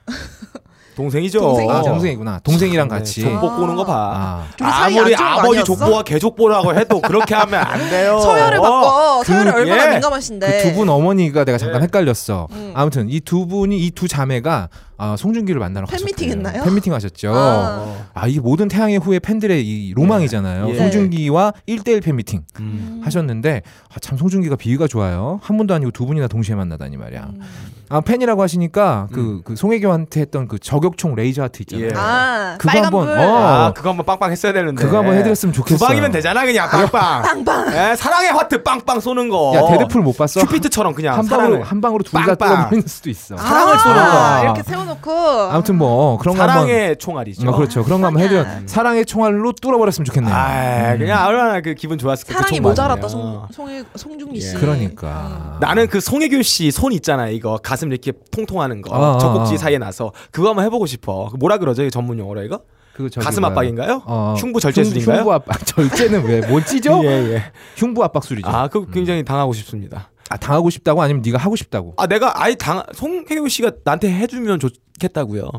Speaker 2: 동생이죠.
Speaker 3: 동생이죠.
Speaker 1: 아 동생이구나. 동생이랑
Speaker 2: 네,
Speaker 1: 같이.
Speaker 2: 족보 꼬는 거 봐.
Speaker 1: 아.
Speaker 3: 둘이 사이
Speaker 2: 어. 아무리
Speaker 3: 안 좋은 거
Speaker 2: 아버지
Speaker 3: 아니었어?
Speaker 2: 족보와 개족보라고 해도 그렇게 하면 안 돼요.
Speaker 3: 서열을 바꿔.
Speaker 2: 어,
Speaker 3: 서열이
Speaker 2: 그,
Speaker 3: 얼마나
Speaker 2: 예.
Speaker 1: 그
Speaker 3: 민감하신데.
Speaker 1: 두 분 어머니가 내가
Speaker 2: 네.
Speaker 1: 잠깐 헷갈렸어.
Speaker 3: 네. 음.
Speaker 1: 아무튼 이 두 분이 이 두 자매가 아, 송중기를 만나러 가셨대요.
Speaker 3: 팬미팅 했나요?
Speaker 1: 팬미팅 하셨죠.
Speaker 3: 아.
Speaker 2: 어.
Speaker 1: 아 이게 모든 태양의 후예 팬들의 이 로망이잖아요.
Speaker 2: 예.
Speaker 1: 송중기와 1대1 팬미팅
Speaker 2: 음.
Speaker 1: 하셨는데 아, 참 송중기가 비위가 좋아요. 한 번도 아니고 두 분이나 동시에 만나다니 말이야.
Speaker 3: 음.
Speaker 1: 아 팬이라고 하시니까 그 그 송혜교한테 했던 그 저격총 레이저 하트 있잖아요.
Speaker 2: 음. 예.
Speaker 3: 아,
Speaker 1: 그거
Speaker 3: 빨간
Speaker 1: 한번,
Speaker 3: 불.
Speaker 1: 어.
Speaker 2: 아, 그거 한번 빵빵 했어야 되는데.
Speaker 1: 그거 한번 해드렸으면 좋겠어요.
Speaker 2: 네. 두 방이면 되잖아 그냥 빵빵. 빵빵. 예, 사랑의 화트 빵빵 쏘는 거.
Speaker 1: 야 데드풀 못 봤어?
Speaker 2: 큐피트처럼 그냥
Speaker 1: 한
Speaker 2: 사랑을
Speaker 1: 방으로 한 방으로 둘다
Speaker 2: 빵빵.
Speaker 1: 뚫어버리는 수도 있어.
Speaker 3: 아,
Speaker 2: 사랑을 쏘는 거.
Speaker 3: 이렇게 세워놓고.
Speaker 1: 아무튼 뭐 그런 거 한번
Speaker 2: 사랑의 총알이죠.
Speaker 1: 어, 그렇죠. 그런 거 한번 해드려. 사랑의 총알로 뚫어버렸으면 좋겠네요. 음,
Speaker 2: 아, 그냥 얼마나 그 기분 좋았을 까
Speaker 3: 사랑이 모자랐다 송, 송, 송중기 씨.
Speaker 1: 예. 그러니까.
Speaker 2: 나는 그 송혜교 씨 손 있잖아 이거 가슴 이렇게 통통하는 거
Speaker 1: 아, 아,
Speaker 2: 젖꼭지
Speaker 1: 아.
Speaker 2: 사이에 나서 그거 한번 해보고 싶어 그거 뭐라 그러죠 이거 전문 용어로 이거
Speaker 1: 그 저기
Speaker 2: 가슴
Speaker 1: 뭐야.
Speaker 2: 압박인가요?
Speaker 1: 어,
Speaker 2: 흉부 절제술인가요?
Speaker 1: 흉부 압박 절제는 왜못 찌죠?
Speaker 2: 예예
Speaker 1: 흉부 압박 술이죠. 아,
Speaker 2: 아 그거 굉장히 당하고 싶습니다
Speaker 1: 당하고 싶다고 아니면 네가 하고 싶다고?
Speaker 2: 아 내가 아예 당 송혜교 씨가 나한테 해주면 좋겠다고요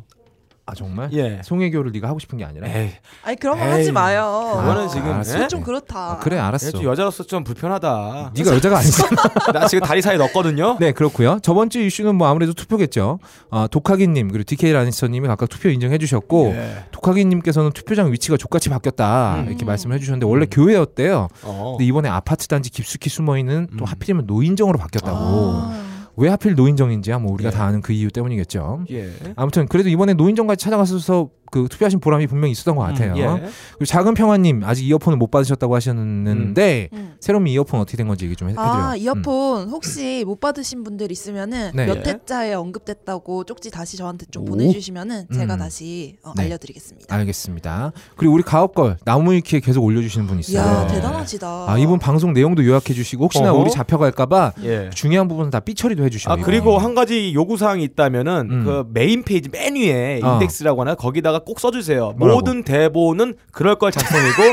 Speaker 1: 아 정말?
Speaker 2: 예.
Speaker 1: 송혜교를 네가 하고 싶은 게 아니라.
Speaker 2: 에이
Speaker 3: 아니 그런 거
Speaker 2: 에이.
Speaker 3: 하지 마요.
Speaker 2: 그거는
Speaker 1: 아,
Speaker 2: 지금
Speaker 1: 알았어.
Speaker 2: 예?
Speaker 3: 그건 좀 그렇다.
Speaker 1: 아, 그래 알았어.
Speaker 2: 예, 좀 여자로서 좀 불편하다
Speaker 1: 네가 여자가 아니잖아.
Speaker 2: 나 지금 다리 사이에 넣었거든요
Speaker 1: 네 그렇고요. 저번 주 이슈는 뭐 아무래도 투표겠죠. 아, 독학인님 그리고 DK 라니스터님이 각각 투표 인정해주셨고
Speaker 2: 예. 음.
Speaker 1: 독학인님께서는 투표장 위치가 족같이 바뀌었다 이렇게 말씀을 해주셨는데 원래 교회였대요.
Speaker 2: 어.
Speaker 1: 근데 이번에 아파트 단지 깊숙이 숨어 있는 또
Speaker 2: 음.
Speaker 1: 하필이면 노인정으로 바뀌었다고.
Speaker 3: 아.
Speaker 1: 왜 하필 노인정인지야 뭐 우리가
Speaker 2: 예.
Speaker 1: 다 아는 그 이유 때문이겠죠.
Speaker 2: 예.
Speaker 1: 아무튼 그래도 이번에 노인정까지 찾아가셔서 그 투표하신 보람이 분명히 있었던 것 같아요.
Speaker 2: 음, 예.
Speaker 1: 그리고 작은 평화님 아직 이어폰을 못 받으셨다고 하셨는데
Speaker 3: 음.
Speaker 1: 새로운 이어폰 어떻게 된 건지 얘기 좀 해- 해드려요. 음.
Speaker 3: 아 이어폰 혹시 못 받으신 분들 있으면은
Speaker 1: 네.
Speaker 3: 몇
Speaker 2: 예.
Speaker 3: 회차에 언급됐다고 쪽지 다시 저한테 좀
Speaker 1: 오.
Speaker 3: 보내주시면은 제가
Speaker 1: 음.
Speaker 3: 다시 어,
Speaker 1: 네.
Speaker 3: 알려드리겠습니다.
Speaker 1: 알겠습니다. 그리고 우리 가업걸 나무위키에 계속 올려주시는 분 있어요.
Speaker 3: 이야
Speaker 2: 네.
Speaker 3: 대단하시다.
Speaker 1: 아 이분 방송 내용도 요약해주시고 혹시나
Speaker 2: 어허.
Speaker 1: 우리 잡혀갈까봐
Speaker 2: 예.
Speaker 1: 중요한 부분은 다 삐처리도 해주시고.
Speaker 2: 아
Speaker 1: 이거.
Speaker 2: 그리고 한 가지 요구 사항이 있다면은
Speaker 1: 음.
Speaker 2: 그 메인 페이지 맨 위에
Speaker 1: 어.
Speaker 2: 인덱스라고 하나 거기다가 꼭 써주세요.
Speaker 1: 뭐라고?
Speaker 2: 모든 대본은 그럴 걸 작성이고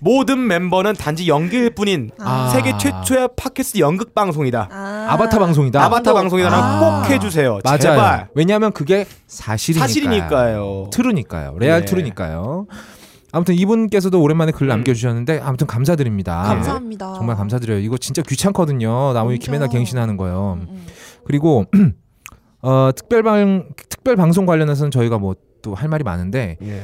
Speaker 2: 모든 멤버는 단지 연기일 뿐인
Speaker 1: 아.
Speaker 2: 세계 최초의 팟캐스트 연극 방송이다.
Speaker 3: 아.
Speaker 1: 아바타 방송이다.
Speaker 2: 아바타 방송이다라고
Speaker 1: 아.
Speaker 2: 꼭 해주세요.
Speaker 1: 맞아요.
Speaker 2: 제발
Speaker 1: 왜냐하면 그게 사실이니까요.
Speaker 2: 사실이니까요.
Speaker 1: 트루니까요. 레알
Speaker 2: 예. 음.
Speaker 1: 트루니까요. 아무튼 이분께서도 오랜만에 글 남겨주셨는데 아무튼 감사드립니다.
Speaker 3: 감사합니다.
Speaker 1: 정말 감사드려요. 이거 진짜 귀찮거든요. 나무 위키
Speaker 3: 진짜.
Speaker 1: 맨날 갱신하는 거요.
Speaker 3: 음.
Speaker 1: 그리고 어, 특별방 특별 방송 관련해서는 저희가 뭐 또 할 말이 많은데
Speaker 2: 예.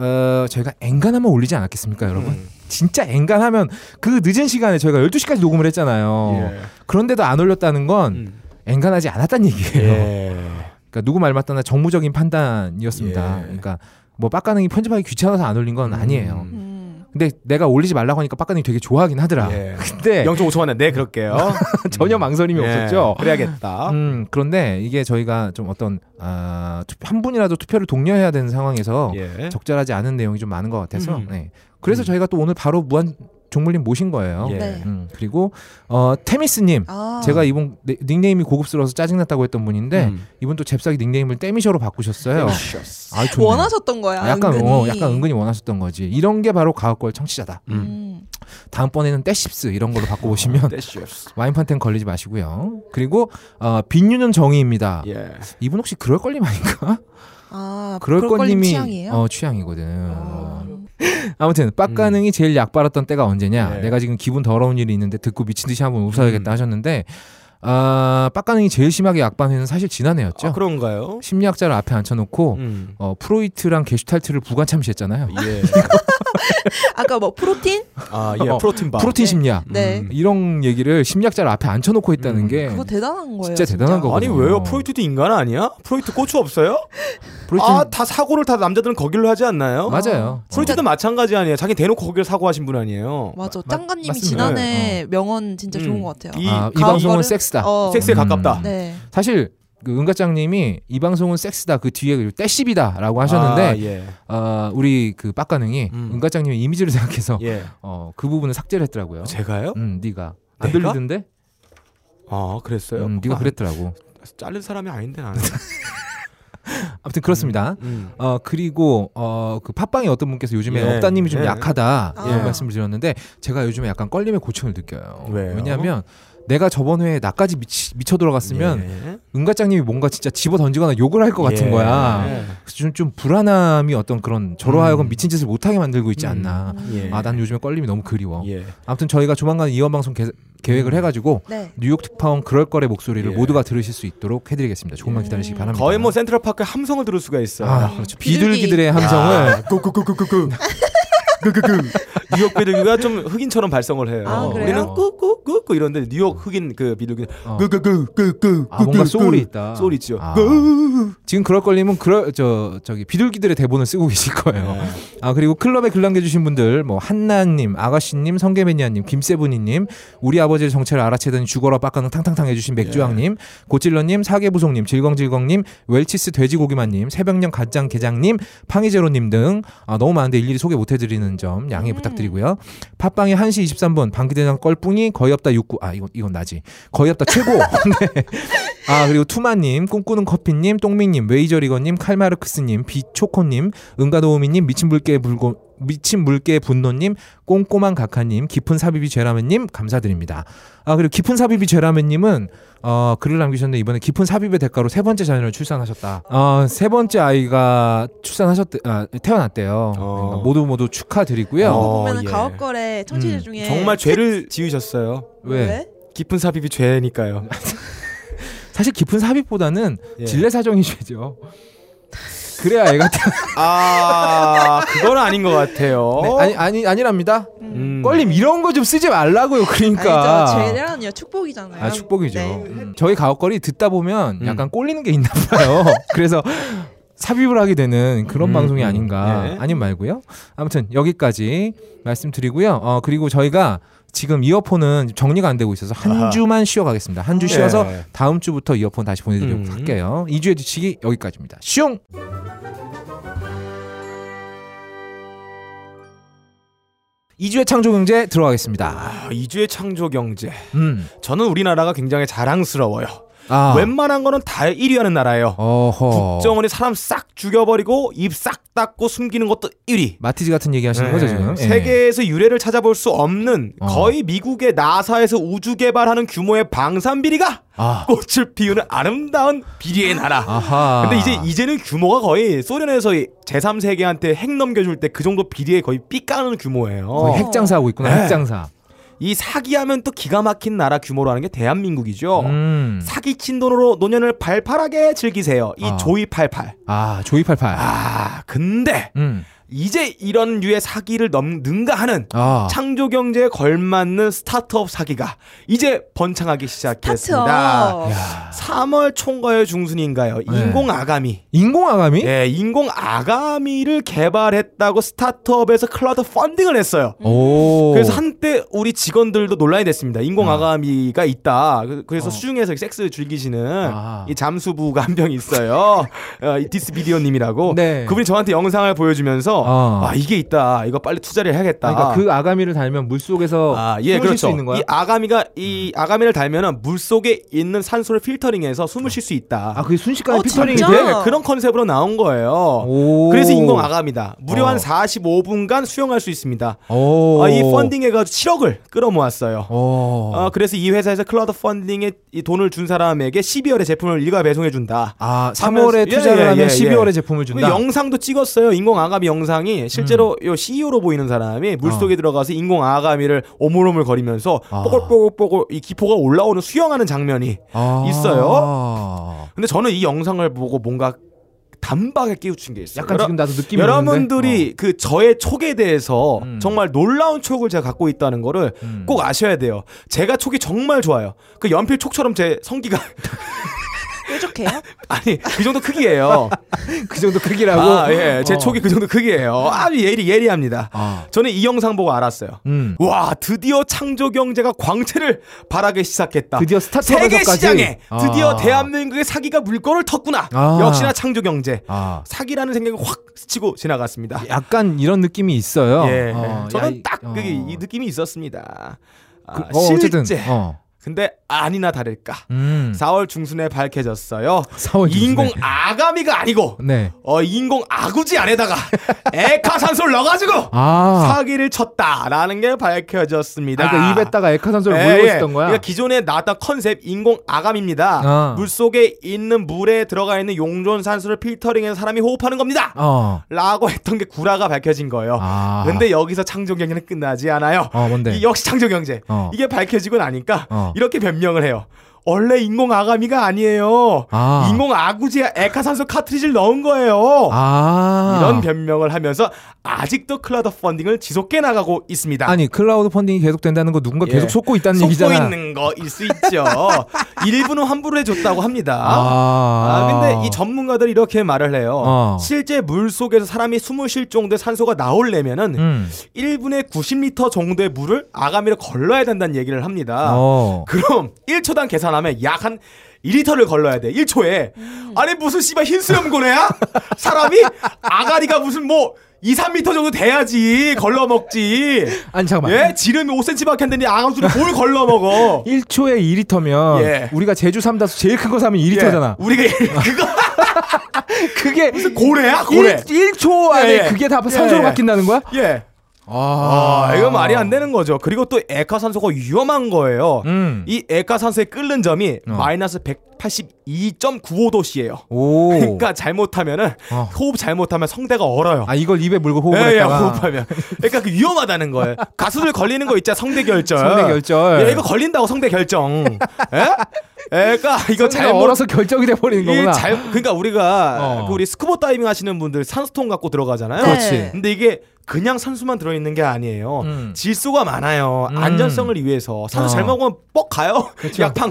Speaker 1: 어, 저희가 엔간하면 올리지 않았겠습니까, 여러분?
Speaker 2: 음.
Speaker 1: 진짜 엔간하면 그 늦은 시간에 저희가 12시까지 녹음을 했잖아요.
Speaker 2: 예.
Speaker 1: 그런데도 안 올렸다는 건
Speaker 2: 음.
Speaker 1: 엔간하지 않았다는 얘기예요.
Speaker 2: 예.
Speaker 1: 그러니까 누구 말 맞다나 정무적인 판단이었습니다.
Speaker 2: 예.
Speaker 1: 그러니까 뭐 빡가능이 편집하기 귀찮아서 안 올린 건 아니에요.
Speaker 2: 음.
Speaker 3: 음.
Speaker 1: 근데 내가 올리지 말라고 하니까 빡가능이 되게 좋아하긴 하더라.
Speaker 2: 예.
Speaker 1: 근데
Speaker 2: 0.5초 만에 네 그럴게요.
Speaker 1: 전혀 망설임이
Speaker 2: 예.
Speaker 1: 없었죠.
Speaker 2: 그래야겠다.
Speaker 1: 음, 그런데 이게 저희가 좀 어떤 아, 투- 한 분이라도 투표를 독려해야 되는 상황에서
Speaker 2: 예.
Speaker 1: 적절하지 않은 내용이 좀 많은 것 같아서
Speaker 2: 음.
Speaker 1: 네. 그래서
Speaker 2: 음.
Speaker 1: 저희가 또 오늘 바로 무한 종물님 모신 거예요.
Speaker 2: 예.
Speaker 3: 네.
Speaker 1: 음, 그리고 어, 테미스님
Speaker 3: 아.
Speaker 1: 제가 이분 네- 닉네임이 고급스러워서 짜증났다고 했던 분인데
Speaker 2: 음.
Speaker 1: 이분 또 잽싸게 닉네임을 떼미셔로 바꾸셨어요. 아, 좋네요.
Speaker 3: 뭐 원하셨던 거야.
Speaker 1: 아, 약간
Speaker 3: 은근히.
Speaker 1: 어, 약간 은근히 원하셨던 거지. 이런 게 바로 가옥걸 청취자다.
Speaker 2: 음.
Speaker 3: 음.
Speaker 1: 다음번에는 떼십스 이런 걸로
Speaker 2: 아, 네.
Speaker 1: 바꿔보시면
Speaker 2: 떼쉬였어.
Speaker 1: 와인판텐 걸리지 마시고요. 그리고 어, 빈유는 정의입니다.
Speaker 2: 예.
Speaker 1: 이분 혹시 그럴 걸림 아닌가?
Speaker 3: 아
Speaker 1: 그럴 걸림이
Speaker 3: 취향이에요.
Speaker 1: 어, 취향이거든. 아무튼 빡가능이 제일 약발았던 때가 언제냐?
Speaker 2: 네. 음.
Speaker 1: 내가 지금 기분 더러운 일이 있는데 듣고 미친 듯이 한번 웃어야겠다 하셨는데 아, 빡가능이 제일 심하게 약반 회는 사실 지난해였죠.
Speaker 2: 아, 그런가요?
Speaker 1: 심리학자를 앞에 앉혀놓고
Speaker 2: 음.
Speaker 1: 어, 프로이트랑 게슈탈트를 무관참시했잖아요.
Speaker 2: 예.
Speaker 3: 아까 뭐 프로틴?
Speaker 2: 아, 예.
Speaker 1: 어,
Speaker 2: 프로틴 바.
Speaker 1: 프로틴 심리학
Speaker 3: 네.
Speaker 2: 음.
Speaker 1: 이런 얘기를 심리학자를 앞에 앉혀놓고 했다는
Speaker 2: 음.
Speaker 1: 게
Speaker 3: 그거 대단한 거예요.
Speaker 1: 네. 진짜 대단한 거거든요.
Speaker 2: 아니 왜요? 프로이트도 인간 아니야? 프로이트 고추 없어요?
Speaker 1: 프로이트
Speaker 2: 아 다 사고를 다 남자들은 거길로 하지 않나요?
Speaker 1: 맞아요.
Speaker 2: 어.
Speaker 1: 어.
Speaker 2: 프로이트도 마찬가지 아니에요. 자기 대놓고 거길 사고하신 분 아니에요.
Speaker 3: 맞아.
Speaker 1: 마-
Speaker 3: 짱가님이
Speaker 1: 맞습니다.
Speaker 3: 지난해 명언 진짜
Speaker 2: 음.
Speaker 3: 좋은 것 같아요.
Speaker 2: 이,
Speaker 1: 아, 이
Speaker 3: 가옥
Speaker 1: 방송은
Speaker 3: 거를-
Speaker 1: 섹스다.
Speaker 3: 어.
Speaker 2: 섹스에
Speaker 1: 음.
Speaker 2: 가깝다.
Speaker 3: 네.
Speaker 1: 사실 그 은가짱님이 이 방송은 섹스다 그 뒤에 그 떼씹이다라고 하셨는데
Speaker 2: 아, 예.
Speaker 1: 어, 우리 그 빡가능이
Speaker 2: 음.
Speaker 1: 은가짱님의 이미지를 생각해서
Speaker 2: 예.
Speaker 1: 어, 그 부분을 삭제를 했더라고요.
Speaker 2: 제가요?
Speaker 1: 음, 네가 안
Speaker 2: 내가?
Speaker 1: 들리던데?
Speaker 2: 아 그랬어요?
Speaker 1: 음, 네가
Speaker 2: 아,
Speaker 1: 그랬더라고.
Speaker 2: 자른 사람이 아닌데 나는.
Speaker 1: 아무튼 그렇습니다.
Speaker 2: 음.
Speaker 1: 어 그리고 어그 팟빵에 어떤 분께서 요즘에
Speaker 2: 예.
Speaker 1: 업다님이 좀
Speaker 2: 예.
Speaker 1: 약하다
Speaker 3: 아.
Speaker 1: 이런 말씀을 드렸는데 제가 요즘에 약간 껄림의 고충을 느껴요.
Speaker 2: 왜요?
Speaker 1: 냐하면 내가 저번 회에 나까지 미치, 미쳐 돌아갔으면
Speaker 2: 예.
Speaker 1: 은가짱님이 뭔가 진짜 집어 던지거나 욕을 할 것 같은
Speaker 2: 예.
Speaker 1: 거야. 그래서 좀, 좀 불안함이 어떤 그런 저로 하여금 미친 짓을 못하게 만들고 있지 않나.
Speaker 2: 음. 예.
Speaker 1: 아, 난 요즘에 껄림이 너무 그리워.
Speaker 2: 예. 음.
Speaker 1: 아무튼 저희가 조만간 이원 방송 개- 계획을 해가지고
Speaker 3: 네.
Speaker 1: 뉴욕 특파원 그럴 거래 목소리를
Speaker 2: 예.
Speaker 1: 모두가 들으실 수 있도록 해드리겠습니다. 조금만 기다리시기 바랍니다.
Speaker 2: 거의 뭐 센트럴 파크 함성을 들을 수가 있어요.
Speaker 1: 아, 그렇죠.
Speaker 3: 비둘기.
Speaker 1: 비둘기들의 함성을
Speaker 2: 그, 꾸꾸꾸꾸꾸꾸. 꾸꾸꾸. 뉴욕 비둘기가 좀 흑인처럼 발성을 해요.
Speaker 3: 아, 그래요?
Speaker 2: 우리는 꾸꾸꾸꾸 이런데 뉴욕 흑인 그 비둘기는
Speaker 1: 어.
Speaker 2: 꾸꾸꾸꾸꾸.
Speaker 1: 아, 뭔가 소울이 있다.
Speaker 2: 소울 있죠.
Speaker 1: 아.
Speaker 2: 꾸꾸꾸.
Speaker 1: 지금 그럴 걸리면 그럴 저 저기 비둘기들의 대본을 쓰고 계실 거예요. 아 그리고 클럽에 글 남겨주신 분들 뭐 한나님, 아가씨님, 성게매니아님, 김세분이님, 우리 아버지의 정체를 알아채더니 죽어라 빡가는 탕탕탕 해주신 맥주왕님, 고찔러님, 사계부송님, 질겅질겅님, 웰치스 돼지고기만님, 새벽령 간장 게장님, 팡이제로님 등 아, 너무 많은데 일일이 소개 못해드리는 점 양해 부탁드리고요. 팟빵이 1시 23분 방귀대장 껄뿡이 거의 없다 69. 아 이건 이건 나지. 거의 없다 최고. 네. 아 그리고 투마님, 꿈꾸는 커피님, 똥미님, 웨이저리거님, 칼마르크스님, 비초코님, 은가도우미님, 미친 물개 불고 미친 물개 분노님, 꼼꼼한 각하님, 깊은 삽입이 죄라면님 감사드립니다. 아 그리고 깊은 삽입이 죄라면님은 어 글을 남기셨는데 이번에 깊은 삽입의 대가로 세 번째 자녀를 출산하셨다. 아, 어세 번째 아이가 출산하셨 아, 태어났대요.
Speaker 2: 어.
Speaker 1: 그러니까 모두 모두 축하드리고요.
Speaker 2: 어,
Speaker 3: 보면은
Speaker 2: 예.
Speaker 3: 가옥거래 청취자
Speaker 1: 음,
Speaker 3: 중에
Speaker 2: 정말 죄를 지으셨어요.
Speaker 1: 왜?
Speaker 2: 깊은 삽입이 죄니까요.
Speaker 1: 사실 깊은 삽입보다는
Speaker 2: 예.
Speaker 1: 진례 사정이 죄죠. 그래야 애가 태...
Speaker 2: 아, 그건 아닌 것 같아요.
Speaker 1: 네, 아니 아니 아니랍니다.
Speaker 2: 음.
Speaker 1: 껄림 이런 거 좀 쓰지 말라고요. 그러니까.
Speaker 3: 아니죠. 죄라는요 축복이잖아요.
Speaker 1: 아, 축복이죠.
Speaker 3: 네.
Speaker 1: 음. 저희 가옥거리 듣다 보면
Speaker 2: 음.
Speaker 1: 약간 꼴리는 게 있나 봐요. 그래서 삽입을 하게 되는 그런
Speaker 2: 음,
Speaker 1: 방송이
Speaker 2: 음.
Speaker 1: 아닌가.
Speaker 2: 예.
Speaker 1: 아님 말고요. 아무튼 여기까지 말씀드리고요. 어, 그리고 저희가 지금 이어폰은 정리가 안 되고 있어서 한
Speaker 2: 아하. 네.
Speaker 1: 주만 쉬어가겠습니다. 한 주
Speaker 3: 예.
Speaker 1: 쉬어서 다음 주부터 이어폰 다시 보내드리도록
Speaker 2: 음.
Speaker 1: 할게요. 2주의 지치기 여기까지입니다. 슝! 이주의 창조경제 들어가겠습니다.
Speaker 2: 아, 이주의 창조 경제.
Speaker 1: 음.
Speaker 2: 저는 우리나라가 굉장히 자랑스러워요.
Speaker 1: 아.
Speaker 2: 웬만한 거는 다 1위 하는 나라예요.
Speaker 1: 어허.
Speaker 2: 국정원이 사람 싹 죽여버리고 입 싹 닦고 숨기는 것도 1위.
Speaker 1: 마티즈 같은 얘기 하시는 거죠, 지금? 예.
Speaker 2: 네. 세계에서 유래를 찾아볼 수 없는
Speaker 1: 어.
Speaker 2: 거의 미국의 나사에서 우주 개발하는 규모의 방산 비리가
Speaker 1: 아.
Speaker 2: 꽃을 피우는 아름다운 비리의 나라.
Speaker 1: 아하.
Speaker 2: 근데 이제 이제는 규모가 거의 소련에서 제3세계한테 핵 넘겨줄 때 그 정도 비리에 거의 삐까는 규모예요.
Speaker 1: 거의 어, 핵장사하고 있구나.
Speaker 2: 네.
Speaker 1: 핵장사.
Speaker 2: 이 사기하면 또 기가 막힌 나라 규모로 하는 게 대한민국이죠.
Speaker 1: 음.
Speaker 2: 어. 사기친 돈으로 노년을 발팔하게 즐기세요. 이
Speaker 1: 아.
Speaker 2: 조이 팔팔.
Speaker 1: 아, 조이팔팔.
Speaker 2: 아 근데
Speaker 1: 음.
Speaker 2: 이제 이런 류의 사기를 넘 능가하는
Speaker 1: 아.
Speaker 2: 창조 경제에 걸맞는 스타트업 사기가 이제 번창하기 시작했습니다.
Speaker 3: 스타트업.
Speaker 2: 3월 총괄 중순인가요?
Speaker 1: 네.
Speaker 2: 인공 아가미.
Speaker 1: 인공아가미?
Speaker 2: 예, 인공 아가미를 개발했다고 스타트업에서 클라우드 펀딩을 했어요.
Speaker 1: 오.
Speaker 2: 그래서 한때 우리 직원들도 논란이 됐습니다. 인공 아가미가 있다. 그- 그래서
Speaker 1: 어.
Speaker 2: 수중에서 섹스 즐기시는
Speaker 1: 아.
Speaker 2: 이 잠수부가 한 명 있어요. 어, 이 디스비디오님이라고.
Speaker 1: 네.
Speaker 2: 그분이 저한테 영상을 보여주면서
Speaker 1: 어.
Speaker 2: 아 이게 있다. 이거 빨리 투자를 해야겠다.
Speaker 1: 그러니까 그 아가미를 달면 물 속에서
Speaker 2: 아, 예,
Speaker 1: 숨을 쉴수
Speaker 2: 그렇죠.
Speaker 1: 있는 거야? 음.
Speaker 2: 이 아가미가 이 아가미를 달면은 물 속에 있는 산소를 필터링해서 숨을 쉴 수 있다.
Speaker 1: 아, 그게 순식간에
Speaker 3: 어,
Speaker 1: 피처링이
Speaker 3: 진짜?
Speaker 1: 돼?
Speaker 2: 네, 그런 컨셉으로 나온 거예요.
Speaker 1: 오.
Speaker 2: 그래서 인공 아가입니다. 무려
Speaker 1: 어.
Speaker 2: 한 45분간 수영할 수 있습니다.
Speaker 1: 오.
Speaker 2: 아, 이 펀딩 해가지고 7억을 끌어모았어요.
Speaker 1: 오.
Speaker 2: 어, 그래서 이 회사에서 클라우드 펀딩에 이 돈을 준 사람에게 12월에 제품을 일괄 배송해준다.
Speaker 1: 아,
Speaker 2: 하면서-
Speaker 1: 3월에
Speaker 2: 예,
Speaker 1: 투자를
Speaker 2: 예,
Speaker 1: 하면
Speaker 2: 예, 예.
Speaker 1: 12월에 제품을 준다.
Speaker 2: 그
Speaker 1: 음.
Speaker 2: 영상도 찍었어요. 인공 아가미 영상이 실제로 요 CEO로 보이는 사람이 물 속에 들어가서 인공 아가미를 오물오물 거리면서
Speaker 1: 아.
Speaker 2: 뽀글뽀글뽀글 이 기포가 올라오는 수영하는 장면이.
Speaker 1: 아.
Speaker 2: 있어요. 근데 저는 이 영상을 보고 뭔가 단박에 끼우친 게 있어요.
Speaker 1: 약간
Speaker 2: 여러-
Speaker 1: 지금 나도 느낌이
Speaker 2: 여러분들이
Speaker 1: 오는데? 어.
Speaker 2: 그 저의 촉에 대해서
Speaker 1: 음.
Speaker 2: 정말 놀라운 촉을 제가 갖고 있다는 거를
Speaker 1: 어. 음.
Speaker 2: 꼭 아셔야 돼요. 제가 촉이 정말 좋아요. 그 연필 촉처럼 제 성기가
Speaker 3: 뾰족해요?
Speaker 2: 아니 이 정도 크기예요.
Speaker 1: 그 정도 크기라고.
Speaker 2: 아 예, 제
Speaker 1: 어.
Speaker 2: 촉이 그 정도 크기예요. 아주 예리 예리합니다.
Speaker 1: 아.
Speaker 2: 저는 이 영상 보고 알았어요.
Speaker 1: 음.
Speaker 2: 와 드디어 창조 경제가 광채를 발하기 시작했다.
Speaker 1: 드디어 스타트업에서까지
Speaker 2: 세계 시장에 드디어
Speaker 1: 아.
Speaker 2: 대한민국의 사기가 물꼬를 텄구나.
Speaker 1: 아.
Speaker 2: 역시나 창조 경제
Speaker 1: 아.
Speaker 2: 사기라는 생각이 확 스치고 지나갔습니다.
Speaker 1: 약간 이런 느낌이 있어요.
Speaker 2: 예.
Speaker 1: 어, 야,
Speaker 2: 저는
Speaker 1: 이-
Speaker 2: 딱 그게
Speaker 1: 어.
Speaker 2: 이 느낌이 있었습니다. 아,
Speaker 1: 그- 어,
Speaker 2: 실제
Speaker 1: 어쨌든, 어.
Speaker 2: 근데 아니나 다를까
Speaker 1: 음.
Speaker 2: 4월 중순에 밝혀졌어요.
Speaker 1: 4월 중순에.
Speaker 2: 인공 아가미가 아니고
Speaker 1: 네.
Speaker 2: 어 인공 아구지 안에다가 에카산소를 넣어가지고
Speaker 1: 아.
Speaker 2: 사기를 쳤다라는 게 밝혀졌습니다.
Speaker 1: 아, 그러니까 입에다가 액화산소를
Speaker 2: 예,
Speaker 1: 몰고
Speaker 2: 예.
Speaker 1: 있었던 거야.
Speaker 2: 그러니까 기존에 나왔던 컨셉 인공 아감입니다.
Speaker 1: 아.
Speaker 2: 물 속에 있는 물에 들어가 있는 용존 산소를 필터링해서 사람이 호흡하는 겁니다.
Speaker 1: 어.
Speaker 2: 라고 했던 게 구라가 밝혀진 거예요.
Speaker 1: 아.
Speaker 2: 근데 여기서 창조 경제는 끝나지 않아요.
Speaker 1: 어, 뭔데?
Speaker 2: 이 역시 창조 경제.
Speaker 1: 어.
Speaker 2: 이게 밝혀지고 나니까
Speaker 1: 어.
Speaker 2: 이렇게 변명을 해요. 원래 인공 아가미가 아니에요.
Speaker 1: 아.
Speaker 2: 인공 아구지에 액화산소 카트리지를 넣은 거예요.
Speaker 1: 아.
Speaker 2: 이런 변명을 하면서 아직도 클라우드 펀딩을 지속해 나가고 있습니다.
Speaker 1: 아니 클라우드 펀딩이 계속 된다는 거 누군가 계속 속고 있다는 얘기잖아.
Speaker 2: 예. 속고 있는 거일 수 있죠. 일부는 환불을 해줬다고 합니다. 아. 근데 이 전문가들이 이렇게 말을 해요.
Speaker 1: 어.
Speaker 2: 실제 물 속에서 사람이 숨을 쉴 정도의 산소가 나오려면은
Speaker 1: 음.
Speaker 2: 1분에 90리터 정도의 물을 아가미로 걸러야 된다는 얘기를 합니다.
Speaker 1: 어.
Speaker 2: 아. 그럼 1초당 계산하면 약 한 2리터를 걸러야 돼. 1초에. 아니 무슨 씨발 흰 수염고래야? 사람이 아가리가 무슨 뭐 2, 3미터 정도 돼야지 걸러 먹지.
Speaker 1: 아니 잠깐만.
Speaker 2: 예? 지름 5cm밖에 안 되는데 아가수를 뭘 걸러 먹어?
Speaker 1: 1초에 2리터면
Speaker 2: 예.
Speaker 1: 우리가 제주 삼다수 제일 큰 거 사면
Speaker 2: 예,
Speaker 1: 2리터잖아.
Speaker 2: 우리가 이- 그거
Speaker 1: 그게
Speaker 2: 고래야 고래.
Speaker 1: 1, 초 안에
Speaker 2: 예, 예.
Speaker 1: 그게 다
Speaker 2: 예,
Speaker 1: 산소로
Speaker 2: 예.
Speaker 1: 바뀐다는 거야?
Speaker 2: 예.
Speaker 1: 아,
Speaker 2: 아, 이거 말이 안 되는 거죠. 그리고 또 액화산소가 위험한 거예요.
Speaker 1: 음.
Speaker 2: 이 액화산소에 끓는 점이
Speaker 1: 어.
Speaker 2: 마이너스 182.95도씨예요.
Speaker 1: 오.
Speaker 2: 그러니까 잘못하면은
Speaker 1: 어.
Speaker 2: 호흡 잘못하면 성대가 얼어요.
Speaker 1: 아 이걸 입에 물고 호흡을
Speaker 2: 예, 예,
Speaker 1: 했다가
Speaker 2: 호흡하면. 그러니까 그 위험하다는 거예요. 가수들 걸리는 거 있잖아, 성대 결절.
Speaker 1: 성대 결절.
Speaker 2: 예, 이거 걸린다고 성대 결정. 예? 예, 그러니까 이거
Speaker 1: 잘
Speaker 2: 잘못
Speaker 1: 얼어서 결정이 돼 버리는 거구나.
Speaker 2: 이 잘, 그러니까 우리가
Speaker 1: 어.
Speaker 2: 그 우리 스쿠버 다이빙 하시는 분들 산수통 갖고 들어가잖아요. 네.
Speaker 1: 그렇지.
Speaker 2: 근데 이게 그냥 산수만 들어 있는 게 아니에요.
Speaker 1: 음.
Speaker 2: 질소가 많아요.
Speaker 1: 음.
Speaker 2: 안전성을 위해서 산소
Speaker 1: 어. 그렇죠.
Speaker 2: 잘 먹으면 뻑 가요. 약판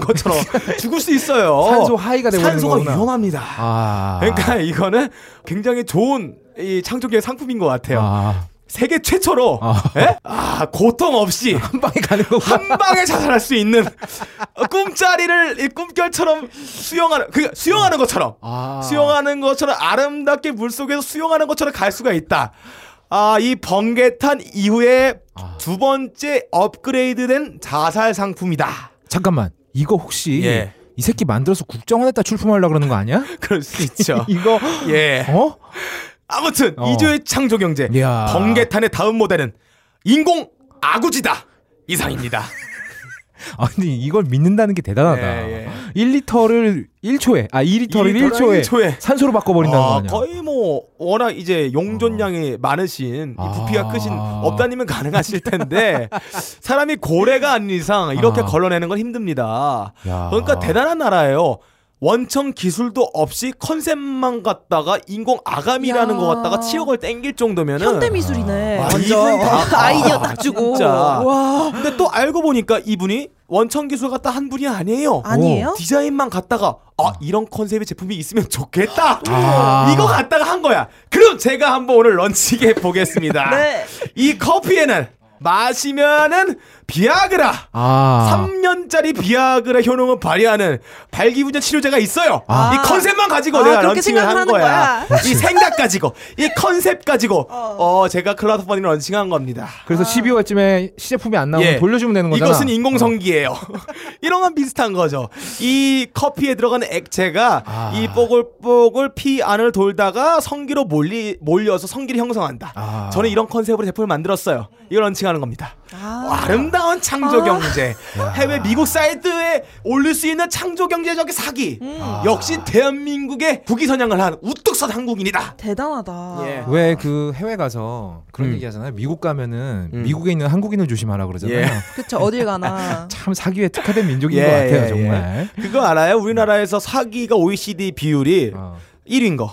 Speaker 2: 것처럼 죽을 수 있어요.
Speaker 1: 산소 하이가 돼버리는
Speaker 2: 산소가
Speaker 1: 거구나.
Speaker 2: 위험합니다.
Speaker 1: 아.
Speaker 2: 그러니까 이거는 굉장히 좋은 이 창조계 상품인 것 같아요.
Speaker 1: 아.
Speaker 2: 세계 최초로
Speaker 1: 아.
Speaker 2: 예? 아, 고통 없이
Speaker 1: 한 방에 가는 거구나.
Speaker 2: 한 방에 자살할 수 있는 어, 꿈자리를 이 꿈결처럼 수영하는 그 수영하는 것처럼
Speaker 1: 아.
Speaker 2: 수영하는 것처럼 아름답게 물 속에서 수영하는 것처럼 갈 수가 있다. 아 이 번개탄 이후에
Speaker 1: 아.
Speaker 2: 두 번째 업그레이드된 자살 상품이다.
Speaker 1: 잠깐만. 이거 혹시
Speaker 2: 예.
Speaker 1: 이 새끼 만들어서 국정원에다 출품하려고 그러는 거 아니야?
Speaker 2: 그럴 수 있죠.
Speaker 1: 이거
Speaker 2: 어. 예.
Speaker 1: 어?
Speaker 2: 아무튼
Speaker 1: 어.
Speaker 2: 이조의 창조 경제
Speaker 1: 이야.
Speaker 2: 번개탄의 다음 모델은 인공 아구지다 이상입니다.
Speaker 1: 아니 이걸 믿는다는 게 대단하다.
Speaker 2: 예, 예.
Speaker 1: 1리터를 1초에 아 2리터를
Speaker 2: 1L
Speaker 1: 1초에,
Speaker 2: 1초에.
Speaker 1: 산소로 바꿔버린다는 거
Speaker 2: 아,
Speaker 1: 아니야?
Speaker 2: 거의 뭐 워낙 이제 용존량이 많으신 이 부피가
Speaker 1: 아.
Speaker 2: 크신 업다님은 가능하실 텐데 사람이 고래가 아닌 이상 이렇게
Speaker 1: 아.
Speaker 2: 걸러내는 건 힘듭니다.
Speaker 1: 야.
Speaker 2: 그러니까 대단한 나라예요. 원천 기술도 없이 컨셉만 갖다가 인공 아감이라는
Speaker 3: 야.
Speaker 2: 거 갖다가 치역을 땡길 정도면은
Speaker 3: 현대 미술이네.
Speaker 2: 아,
Speaker 3: 완전
Speaker 2: 이분 다-
Speaker 3: 아이디어
Speaker 2: 아,
Speaker 3: 딱 주고.
Speaker 2: 진짜.
Speaker 3: 와
Speaker 2: 근데 또 알고 보니까 이분이 원천 기술 갖다 한 분이 아니에요.
Speaker 3: 아니에요?
Speaker 2: 디자인만 갖다가 아 이런 컨셉의 제품이 있으면 좋겠다.
Speaker 1: 어. 아.
Speaker 2: 이거 갖다가 한 거야. 그럼 제가 한번 오늘 런칭해 보겠습니다.
Speaker 3: 네.
Speaker 2: 이 커피에는 마시면은 비아그라.
Speaker 1: 아.
Speaker 2: 3년짜리 비아그라 효능을 발휘하는 발기부전 치료제가 있어요.
Speaker 3: 아.
Speaker 2: 이 컨셉만 가지고
Speaker 3: 아,
Speaker 2: 내가
Speaker 3: 그렇게
Speaker 2: 런칭을 한
Speaker 3: 생각하는
Speaker 2: 거야.
Speaker 3: 거야.
Speaker 2: 이 생각 가지고, 이 컨셉 가지고,
Speaker 3: 어.
Speaker 2: 어, 제가 클라우드 펀딩을 런칭한 겁니다.
Speaker 1: 그래서 12월쯤에 시제품이 안 나오면
Speaker 2: 아. 예.
Speaker 1: 돌려주면 되는 거잖아. 어.
Speaker 2: 이것은 인공성기예요. 이런 건 비슷한 거죠. 이 커피에 들어가는 액체가
Speaker 1: 아.
Speaker 2: 이 뽀글뽀글 피 안을 돌다가 성기로 몰리, 몰려서 성기를 형성한다.
Speaker 1: 아.
Speaker 2: 저는 이런 컨셉으로 제품을 만들었어요. 이걸 런칭하는 겁니다.
Speaker 3: 아,
Speaker 2: 아름다운 창조
Speaker 3: 아.
Speaker 2: 경제. 해외 미국 사이트에 올릴 수 있는 창조 경제적인 사기.
Speaker 1: 음. 아.
Speaker 2: 아. 역시 대한민국의 국위선양을 한 우뚝 선 한국인이다.
Speaker 3: 대단하다.
Speaker 2: 예.
Speaker 1: 왜 그 해외 가서 그런
Speaker 2: 음.
Speaker 1: 얘기 하잖아요. 미국 가면은
Speaker 2: 음.
Speaker 1: 미국에 있는 한국인을 조심하라 그러잖아요.
Speaker 2: 예.
Speaker 3: 그쵸 어딜 가나.
Speaker 1: 참 사기에 특화된 민족인
Speaker 2: 예,
Speaker 1: 것 같아요,
Speaker 2: 예,
Speaker 1: 정말.
Speaker 2: 그거 알아요? 우리나라에서 사기가 OECD 비율이
Speaker 1: 어.
Speaker 2: 1위인 거.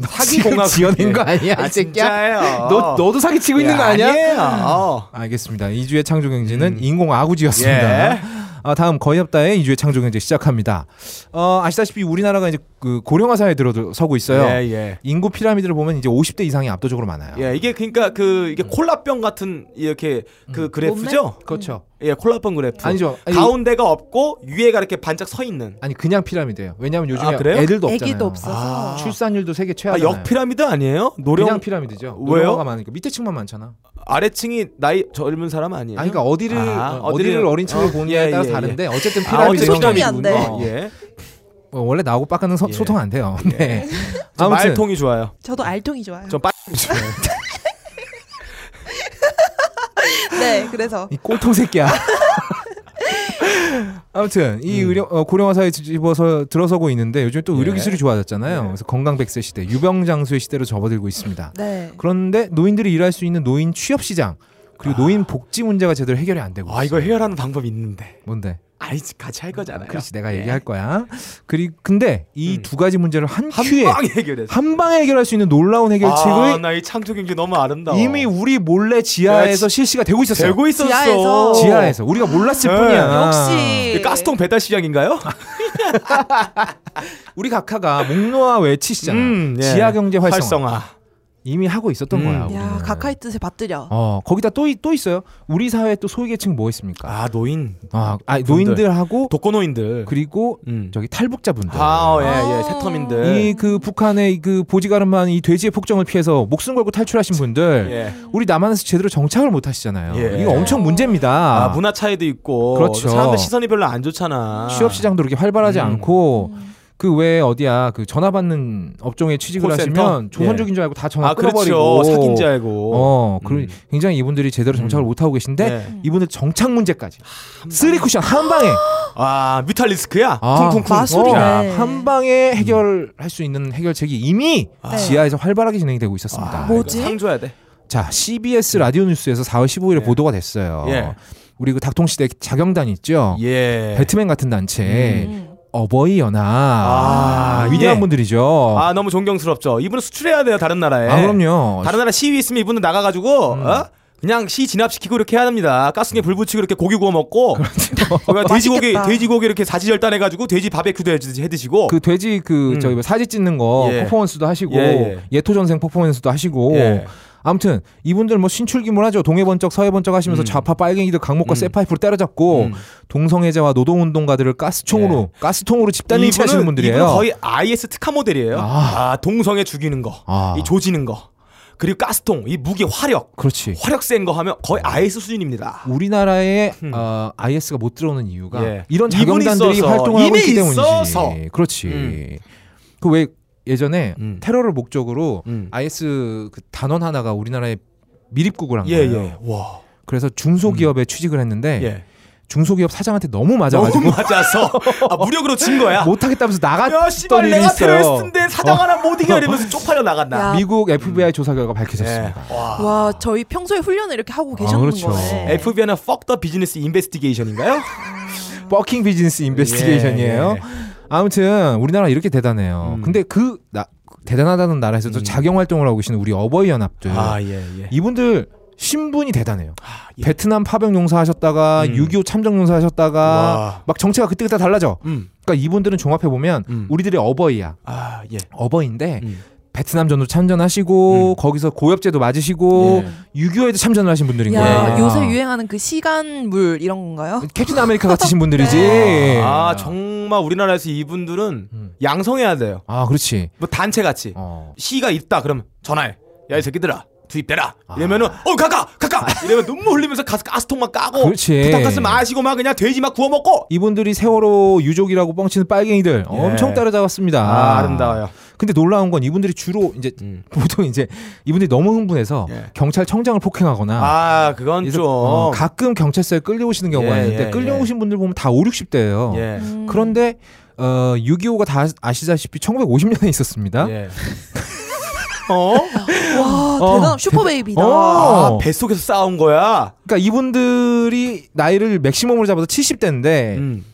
Speaker 2: 예. 사기
Speaker 1: 지금
Speaker 2: 공학
Speaker 1: 지어낸 거 아니야,
Speaker 2: 아,
Speaker 1: 이 새끼야?
Speaker 2: 진짜예요.
Speaker 1: 너 너도 사기 치고 있는 거 아니야? 어.
Speaker 2: 에요
Speaker 1: 알겠습니다. 이주의 창조경제는 인공 아구지였습니다.
Speaker 2: 음. 예.
Speaker 1: 아, 다음 거의 없다의 이주의 창조경제 시작합니다. 어, 아시다시피 우리나라가 이제 그 고령화 사회에 들어서고 있어요.
Speaker 2: 예, 예.
Speaker 1: 인구 피라미드를 보면 이제 50대 이상이 압도적으로 많아요.
Speaker 2: 예, 이게 그러니까 그
Speaker 1: 음.
Speaker 2: 이게 콜라병 같은 이렇게 그 그래프죠?
Speaker 1: 그렇죠.
Speaker 2: 예, 콜라병 그래프.
Speaker 1: 음. 아니죠. 아니,
Speaker 2: 가운데가 없고 위에가 이렇게 반짝 서 있는.
Speaker 1: 아니 그냥 피라미드예요. 왜냐하면 요즘에
Speaker 2: 아, 그래요?
Speaker 1: 애들도 없잖아요.
Speaker 3: 애기도 없어서.
Speaker 2: 아.
Speaker 1: 출산율도 세계
Speaker 2: 아,
Speaker 1: 최하잖아요.
Speaker 2: 역 피라미드 아니에요? 노령
Speaker 1: 그냥 피라미드죠.
Speaker 2: 왜요?
Speaker 1: 노령화가 많으니까 밑에 층만 많잖아.
Speaker 2: 아래층이 나이 젊은 사람 아니에요?
Speaker 1: 아니 그러니까 어디를
Speaker 2: 예. 아,
Speaker 1: 어, 어디를
Speaker 2: 어디를-
Speaker 1: 어린 층으로
Speaker 2: 어,
Speaker 1: 보느냐에
Speaker 2: 예,
Speaker 1: 따라 서
Speaker 2: 예,
Speaker 1: 다른데 어쨌든
Speaker 2: 아,
Speaker 1: 피라미드
Speaker 3: 어쨌든
Speaker 1: 형태이군요.
Speaker 3: 소통이 안 돼.
Speaker 1: 어, 예.
Speaker 2: 예.
Speaker 1: 어, 원래 나하고 빡가는 서-
Speaker 2: 예.
Speaker 1: 소통 안 돼요. 네.
Speaker 2: 저
Speaker 1: 아무튼
Speaker 2: 말통이 좋아요.
Speaker 3: 저도 알통이 좋아요.
Speaker 2: 좀 빨리 좋아요.
Speaker 3: 네, 그래서
Speaker 1: 이 꼴통 새끼야. 아무튼 이 의료 어, 고령화 사회 집어서 들어서고 있는데 요즘 또 의료
Speaker 2: 음. 예.
Speaker 1: 기술이 좋아졌잖아요.
Speaker 2: 예.
Speaker 1: 그래서 건강 백세 시대, 유병장수의 시대로 접어들고 있습니다.
Speaker 3: 네.
Speaker 1: 그런데 노인들이 일할 수 있는 노인 취업 시장 그리고 노인 복지 문제가 제대로 해결이 안 되고
Speaker 2: 아
Speaker 1: 있어요.
Speaker 2: 이거 해결하는 방법 있는데.
Speaker 1: 뭔데?
Speaker 2: 아니 같이 할 거잖아요. 네.
Speaker 1: 그렇지 내가 얘기할 거야. 그리 근데 이
Speaker 2: 음.
Speaker 1: 두 가지 문제를 한
Speaker 2: 한
Speaker 1: 큐에
Speaker 2: 방에 해결해서.
Speaker 1: 한 방에 해결할 수 있는 놀라운 해결책을
Speaker 2: 아나 이 창조 경제 너무 아름다워.
Speaker 1: 이미 우리 몰래 지하에서
Speaker 2: 야,
Speaker 1: 실시가 되고 있었어요.
Speaker 2: 되고 있었어.
Speaker 3: 지하에서.
Speaker 1: 지하에서 우리가 몰랐을
Speaker 2: 네.
Speaker 1: 뿐이야.
Speaker 3: 역시
Speaker 2: 이게 가스통 배달 시장인가요?
Speaker 1: 우리 각하가 목놓아 외치시잖아.
Speaker 2: 음, 예.
Speaker 1: 지하 경제 활성화.
Speaker 2: 활성화.
Speaker 1: 이미 하고 있었던
Speaker 2: 음.
Speaker 1: 거야.
Speaker 2: 야,
Speaker 1: 우리는.
Speaker 3: 야 가까이 뜻에 받들여.
Speaker 1: 예. 어 거기다 또 또 있어요. 우리 사회 또 소위계층 뭐 있습니까?
Speaker 2: 아 노인
Speaker 1: 아, 아니,
Speaker 2: 분들.
Speaker 1: 노인들하고
Speaker 2: 독거노인들.
Speaker 1: 그리고
Speaker 2: 음.
Speaker 1: 저기 탈북자분들.
Speaker 2: 아예예 네.
Speaker 3: 아.
Speaker 2: 세터민들.
Speaker 1: 이 그 북한의 그 보지가름한 이 돼지의 폭정을 피해서 목숨 걸고 탈출하신 분들
Speaker 2: 예.
Speaker 1: 우리 남한에서 제대로 정착을 못 하시잖아요.
Speaker 2: 예.
Speaker 1: 이거 엄청 문제입니다.
Speaker 2: 아, 문화 차이도 있고
Speaker 1: 그렇죠.
Speaker 2: 사람들 시선이 별로 안 좋잖아.
Speaker 1: 취업 시장도 그렇게 활발하지
Speaker 2: 음.
Speaker 1: 않고 그 왜 어디야 그 전화 받는 업종에 취직을
Speaker 2: 콜센터? 예.
Speaker 1: 하시면 조선족인 줄 알고 다 전화
Speaker 2: 아
Speaker 1: 끊어버리고
Speaker 2: 그렇죠. 사귄 줄 알고.
Speaker 1: 어, 그리고
Speaker 2: 음.
Speaker 1: 굉장히 이분들이 제대로 정착을
Speaker 2: 음.
Speaker 1: 못 하고 계신데
Speaker 2: 네.
Speaker 1: 이분들 정착 문제까지 쓰리 쿠션 한 방에
Speaker 2: 아 뮤탈리스크야.
Speaker 1: 아,
Speaker 2: 쿵쿵쿵.
Speaker 3: 마술이네.
Speaker 2: 어.
Speaker 1: 야, 한 방에 해결할 수 있는 해결책이 이미
Speaker 2: 아.
Speaker 3: 네.
Speaker 1: 지하에서 활발하게 진행이 되고 있었습니다.
Speaker 3: 뭐- 뭐지?
Speaker 2: 이거 그 상줘야 돼.
Speaker 1: 자, CBS 라디오 뉴스에서 4월 15일에
Speaker 2: 예.
Speaker 1: 보도가 됐어요.
Speaker 2: 예.
Speaker 1: 우리 그 닥통시대 자경단 있죠.
Speaker 2: 예.
Speaker 1: 어. 배트맨 같은 단체
Speaker 3: 음.
Speaker 1: 어버이 연합
Speaker 2: 아,
Speaker 1: 위대한
Speaker 2: 예.
Speaker 1: 분들이죠.
Speaker 2: 아 너무 존경스럽죠. 이분은 수출해야 돼요 다른 나라에.
Speaker 1: 아, 그럼요.
Speaker 2: 다른 나라 시위 있으면 이분은 나가가지고
Speaker 1: 음.
Speaker 2: 어? 그냥 시 진압시키고 이렇게 해야 합니다. 가스에 불 붙이고 이렇게 고기 구워 먹고
Speaker 1: 그렇죠.
Speaker 2: 그러니까 돼지고기
Speaker 3: 맛있겠다.
Speaker 2: 돼지고기 이렇게 사지절단해가지고 돼지 바베큐도 해, 해 드시고
Speaker 1: 그 돼지 그
Speaker 2: 음.
Speaker 1: 저기 뭐 사진 찍는 거
Speaker 2: 예.
Speaker 1: 퍼포먼스도 하시고
Speaker 2: 예,
Speaker 1: 예, 토 전생 퍼포먼스도 하시고
Speaker 2: 예.
Speaker 1: 아무튼 이분들 뭐 신출귀몰하죠 동해번쩍 서해번쩍 하면서
Speaker 2: 음.
Speaker 1: 좌파 빨갱이들 강목과
Speaker 2: 음.
Speaker 1: 쇠파이프로 때려잡고
Speaker 2: 음. 예.
Speaker 1: 동성애자와 노동운동가들을 가스총으로 가스통으로 집단
Speaker 2: 이분은,
Speaker 1: 인치하시는
Speaker 2: 이분은
Speaker 1: 분들이에요.
Speaker 2: 거의 IS 특화 모델이에요. 아, 동성애 죽이는 거,
Speaker 1: 아.
Speaker 2: 이 조지는 거, 그리고 가스통, 이 무기 화력,
Speaker 1: 그렇지.
Speaker 2: 화력 센 거 하면 거의
Speaker 1: 아.
Speaker 2: IS 수준입니다.
Speaker 1: 우리나라에
Speaker 2: 음.
Speaker 1: 어, IS가 못 들어오는 이유가
Speaker 2: 예.
Speaker 1: 이런
Speaker 2: 이분이
Speaker 1: 자경단들이
Speaker 2: 있어서,
Speaker 1: 활동을 하고
Speaker 2: 이미
Speaker 1: 있기 때문이지.
Speaker 2: 있어서.
Speaker 1: 그렇지.
Speaker 2: 음.
Speaker 1: 그 왜 예전에
Speaker 2: 음.
Speaker 1: 테러를 목적으로
Speaker 2: 음.
Speaker 1: IS 그 단원 하나가 우리나라에 밀입국을 한
Speaker 2: 예,
Speaker 1: 거예요.
Speaker 2: 예, 와,
Speaker 1: 그래서 중소기업에 취직을 했는데
Speaker 2: 예,
Speaker 1: 중소기업 사장한테 너무 맞아가지고
Speaker 2: 너무 맞아서 아, 무력으로 진 거야.
Speaker 1: 못하겠다면서
Speaker 2: 야,
Speaker 1: 나갔던
Speaker 2: 씨발
Speaker 1: 일이
Speaker 2: 내가
Speaker 1: 있어요. 어.
Speaker 2: 테러리스트인데 사장 하나 못 이겨 이러면서 쪽팔려 나갔나.
Speaker 3: 야.
Speaker 1: 미국 FBI 조사 결과 밝혀졌습니다.
Speaker 2: 예. 와.
Speaker 3: 와 저희 평소에 훈련을 이렇게 하고 계셨는
Speaker 1: 그렇죠.
Speaker 3: 거네.
Speaker 2: FBI는 Fuck the Business Investigation인가요?
Speaker 1: 버킹 비즈니스 인베스티게이션이에요.
Speaker 2: 예,
Speaker 1: 아무튼 우리나라 이렇게 대단해요.
Speaker 2: 음.
Speaker 1: 근데 그 나, 대단하다는 나라에서도
Speaker 2: 음.
Speaker 1: 자경 활동을 하고 계시는 우리 어버이 연합들
Speaker 2: 아, 예, 예.
Speaker 1: 이분들 신분이 대단해요.
Speaker 2: 아, 예.
Speaker 1: 베트남 파병 용사 하셨다가
Speaker 2: 음.
Speaker 1: 6.25 참정 용사 하셨다가
Speaker 2: 와.
Speaker 1: 막 정체가 그때그때 달라져.
Speaker 2: 음.
Speaker 1: 그러니까 이분들은 종합해 보면
Speaker 2: 음.
Speaker 1: 우리들의 어버이야.
Speaker 2: 아, 예.
Speaker 1: 어버이인데
Speaker 2: 음.
Speaker 1: 베트남 전도 참전하시고
Speaker 2: 음.
Speaker 1: 거기서 고엽제도 맞으시고
Speaker 2: 예.
Speaker 1: 6.25에도 참전을 하신 분들인
Speaker 3: 야
Speaker 1: 거예요.
Speaker 3: 요새 유행하는 그 시간물 이런 건가요?
Speaker 1: 캡틴 아메리카 같으신 분들이지.
Speaker 2: 아, 정말 우리나라에서 이분들은
Speaker 1: 네. 음.
Speaker 2: 양성해야 돼요.
Speaker 1: 아, 그렇지.
Speaker 2: 뭐 단체 같이
Speaker 1: 어.
Speaker 2: 시가 있다 그럼 전화해. 야 이 새끼들아 투입되라. 이러면은 어 가까 가까 이러면 눈물 흘리면서 가스 가스통만 까고
Speaker 1: 아. 그렇지.
Speaker 2: 부탄가스 마시고 막 그냥 돼지 막 구워 먹고.
Speaker 1: 이분들이 세월호 유족이라고 뻥치는 빨갱이들
Speaker 2: 예.
Speaker 1: 엄청 따라잡았습니다.
Speaker 2: 아, 아름다워요.
Speaker 1: 근데 놀라운 건 이분들이 주로 이제
Speaker 2: 음.
Speaker 1: 보통 이제 이분들이 너무 흥분해서
Speaker 2: 예.
Speaker 1: 경찰청장을 폭행하거나
Speaker 2: 아 그건
Speaker 1: 그래서,
Speaker 2: 좀.
Speaker 1: 어, 가끔 경찰서에 끌려오시는 경우가
Speaker 2: 예,
Speaker 1: 있는데
Speaker 2: 예,
Speaker 1: 끌려오신 분들 보면 다 5, 60대예요.
Speaker 2: 예.
Speaker 3: 음.
Speaker 1: 그런데 어, 6.25가 다 아시다시피 1950년에 있었습니다.
Speaker 2: 예. 어?
Speaker 3: 와
Speaker 1: 어,
Speaker 3: 대단한 슈퍼베이비다.
Speaker 1: 어.
Speaker 2: 아 뱃속에서 싸운 거야.
Speaker 1: 그러니까 이분들이 나이를 맥시멈으로 잡아서 70대인데
Speaker 2: 음.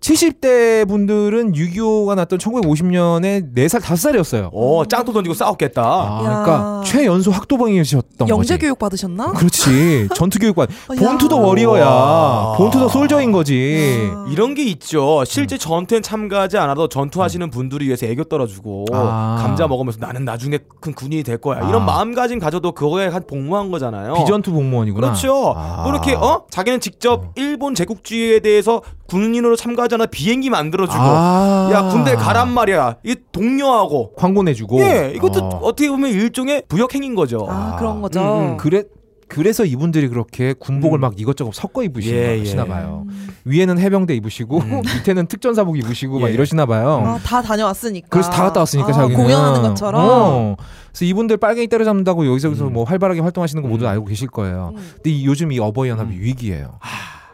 Speaker 1: 70대 분들은 6.25가 났던 1950년에 4살, 5살이었어요.
Speaker 2: 어 짱도 던지고 싸웠겠다.
Speaker 1: 아,
Speaker 3: 야.
Speaker 1: 그러니까 최연소 학도방이셨던
Speaker 3: 영재
Speaker 1: 거지.
Speaker 3: 교육 받으셨나?
Speaker 1: 그렇지. 전투 교육관.
Speaker 3: 야.
Speaker 1: 본투 더 워리어야.
Speaker 2: 와.
Speaker 1: 본투 더 솔저인 거지.
Speaker 3: 야.
Speaker 2: 이런 게 있죠.
Speaker 1: 음.
Speaker 2: 실제 전투엔 참가하지 않아도 전투하시는 분들을 위해서 애교 떨어주고
Speaker 1: 아.
Speaker 2: 감자 먹으면서 나는 나중에 큰 군인이 될 거야. 이런
Speaker 1: 아.
Speaker 2: 마음가짐 가져도 그거에 한 복무한 거잖아요.
Speaker 1: 비전투 공무원이구나.
Speaker 2: 그렇죠.
Speaker 1: 아. 음.
Speaker 2: 뭐 이렇게 어 자기는 직접 일본 제국주의에 대해서 군인으로 참가하잖아. 비행기 만들어주고
Speaker 1: 아.
Speaker 2: 야 군대 가란 말이야. 이 동료하고
Speaker 1: 광고 내주고.
Speaker 2: 예 이것도
Speaker 1: 어.
Speaker 2: 어. 떻게 보면 일종의 부역행인 거죠.
Speaker 3: 아 그런 거죠.
Speaker 2: 음, 음.
Speaker 1: 그래 그래서 이분들이 그렇게 군복을
Speaker 3: 음.
Speaker 1: 막 이것저것 섞어
Speaker 2: 예,
Speaker 1: 입으시나
Speaker 2: 예.
Speaker 1: 봐요. 위에는 해병대 입으시고 밑에는 특전사복 입으시고 막
Speaker 2: 예.
Speaker 1: 이러시나 봐요.
Speaker 3: 음. 아, 다 다녀왔으니까.
Speaker 1: 그래서 다 갔다 왔으니까
Speaker 3: 아,
Speaker 1: 자기는
Speaker 3: 공연하는 것처럼. 음.
Speaker 1: 어. 그래서 이분들 빨갱이 때려잡는다고 여기서서 뭐 활발하게 활동하시는 거 모두 알고 계실 거예요. 근데 이, 요즘 이 어버이 연합이 위기예요.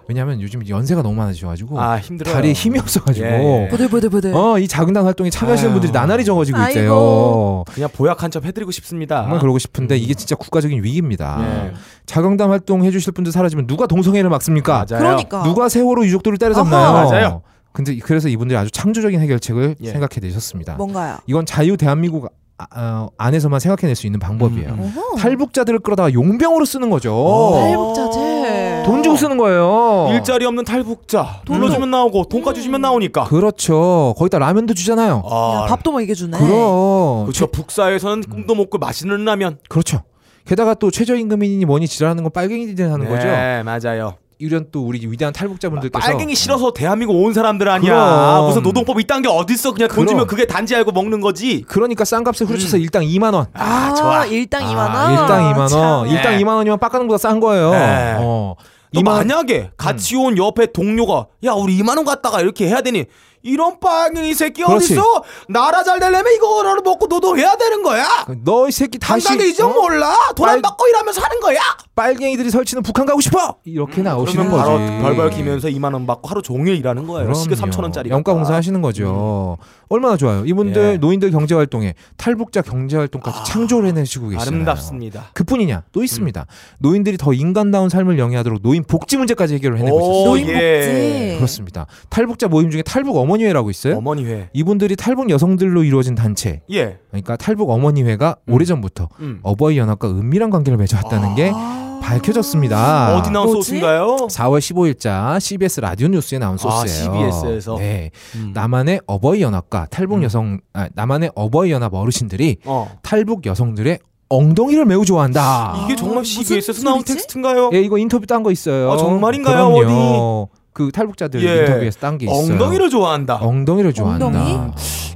Speaker 1: 왜냐하면 요즘 연세가 너무 많아지셔가지고
Speaker 2: 음. 아 힘들어.
Speaker 1: 다리에 힘이 없어가지고
Speaker 2: 예, 예.
Speaker 3: 보들보들보들.
Speaker 1: 어, 이 작은 당 활동에 참여하시는
Speaker 2: 아유.
Speaker 1: 분들이 나날이 적어지고 있대요.
Speaker 3: 아이고.
Speaker 2: 그냥 보약 한 첩 해드리고 싶습니다.
Speaker 1: 정말 그러고 싶은데 이게 진짜 국가적인 위기입니다.
Speaker 2: 아. 음. 예.
Speaker 1: 자경단 활동 해주실 분들 사라지면 누가 동성애를 막습니까?
Speaker 2: 맞아요.
Speaker 3: 그러니까.
Speaker 1: 누가 세월호 유족들을 때려잡나요?
Speaker 2: 아하. 맞아요.
Speaker 1: 근데 그래서 이분들이 아주 창조적인 해결책을
Speaker 2: 예.
Speaker 1: 생각해내셨습니다.
Speaker 3: 뭔가요?
Speaker 1: 이건 자유 대한민국 아- 어, 안에서만 생각해낼 수 있는 방법이에요.
Speaker 2: 음,
Speaker 3: 어허.
Speaker 1: 탈북자들을 끌어다가 용병으로 쓰는 거죠.
Speaker 2: 어.
Speaker 3: 탈북자들.
Speaker 1: 돈 주고 쓰는 거예요.
Speaker 2: 일자리 없는 탈북자. 돈
Speaker 1: 음.
Speaker 2: 주면 나오고 돈까지 주면 나오니까.
Speaker 1: 그렇죠. 거기다 라면도 주잖아요.
Speaker 2: 아,
Speaker 3: 야, 밥도 뭐 먹이게 주네.
Speaker 1: 그럼
Speaker 2: 그렇죠. 북사에서는 꿈도 못 꾸고 맛있는 라면.
Speaker 1: 그렇죠. 게다가 또 최저임금이니 뭐니 지랄하는 건 빨갱이들이 하는 거죠.
Speaker 2: 네, 맞아요.
Speaker 1: 이런 또 우리 위대한 탈북자분들께서 음.
Speaker 2: 빨갱이 싫어서 대한민국 온 사람들 아니야.
Speaker 1: 그럼.
Speaker 2: 무슨 노동법 이딴 게 어딨어? 그냥 돈
Speaker 1: 그럼.
Speaker 2: 주면 그게 단지 알고 먹는 거지.
Speaker 1: 그러니까 싼값에
Speaker 2: 음.
Speaker 1: 후려쳐서 일당 2만 원.
Speaker 3: 아,
Speaker 2: 좋아.
Speaker 3: 일당 2만 원.
Speaker 1: 일당 2만 원.
Speaker 3: 참.
Speaker 1: 일당
Speaker 2: 네.
Speaker 1: 2만 원이면 빡가는보다 싼 거예요.
Speaker 2: 네.
Speaker 1: 어.
Speaker 2: 너
Speaker 1: 2만 원 음.
Speaker 2: 만약에 같이 온 옆에 동료가 야 우리 2만 원 갖다가 이렇게 해야 되니 이런 빵이 이 새끼
Speaker 1: 그렇지.
Speaker 2: 어딨어? 나라 잘 되려면 이거를 먹고 노동해야 되는 거야.
Speaker 1: 그 너이 새끼 다시
Speaker 2: 당당히 이제
Speaker 1: 어?
Speaker 2: 몰라? 돈 안
Speaker 1: 빨-
Speaker 2: 받고 일하면서 하는 거야.
Speaker 1: 빨갱이들이 설치는 북한 가고 싶어 이렇게 나오시는 거지.
Speaker 2: 음, 바로 벌벌 기면서 2만 원 받고 하루 종일 일하는 거예요. 시급 3천 원짜리.
Speaker 1: 연가공사 하시는 거죠. 얼마나 좋아요. 이분들
Speaker 2: 예. 아,
Speaker 1: 노인들 경제 활동에 탈북자 경제 활동까지 창조를 해내시고 계시잖아요.
Speaker 2: 아름답습니다. 음.
Speaker 1: 그뿐이냐? 또 있습니다. 노인들이 더 인간다운 삶을 영위하도록 노인 복지 문제까지 해결을 해내고
Speaker 2: 오,
Speaker 1: 있어요.
Speaker 3: 노인복지.
Speaker 2: 예.
Speaker 1: 그렇습니다. 탈북자 모임 중에 탈북 어머니회라고 있어요.
Speaker 2: 어머니 회.
Speaker 1: 이분들이 탈북 여성들로 이루어진 단체.
Speaker 2: 예.
Speaker 1: 그러니까 탈북 어머니회가 오래전부터
Speaker 2: 음. 아.
Speaker 1: 어버이 연합과 은밀한 관계를 맺어왔다는 게
Speaker 3: 아.
Speaker 1: 밝혀졌습니다.
Speaker 2: 어디 나온
Speaker 3: 뭐지?
Speaker 2: 소스인가요?
Speaker 1: 4월 15일자 CBS 라디오 뉴스에
Speaker 2: 아,
Speaker 1: 나온 소스예요.
Speaker 2: CBS 에서.
Speaker 1: 네.
Speaker 2: 음.
Speaker 1: 남한의 어버이 연합과 탈북 여성 아, 남한의 어버이 연합 어르신들이
Speaker 2: 어.
Speaker 1: 탈북 여성들의 엉덩이를 매우 좋아한다.
Speaker 2: 이게 정말
Speaker 3: 무슨
Speaker 2: CBS에서 나온
Speaker 3: 소리지?
Speaker 2: 텍스트인가요?
Speaker 1: 예, 이거 인터뷰 딴 거 있어요.
Speaker 2: 아, 정말인가요?
Speaker 1: 그럼요. 그 탈북자들
Speaker 2: 예.
Speaker 1: 인터뷰에서 딴 게 있어요.
Speaker 2: 엉덩이를 좋아한다.
Speaker 1: 엉덩이를 좋아한다.
Speaker 3: 엉덩이?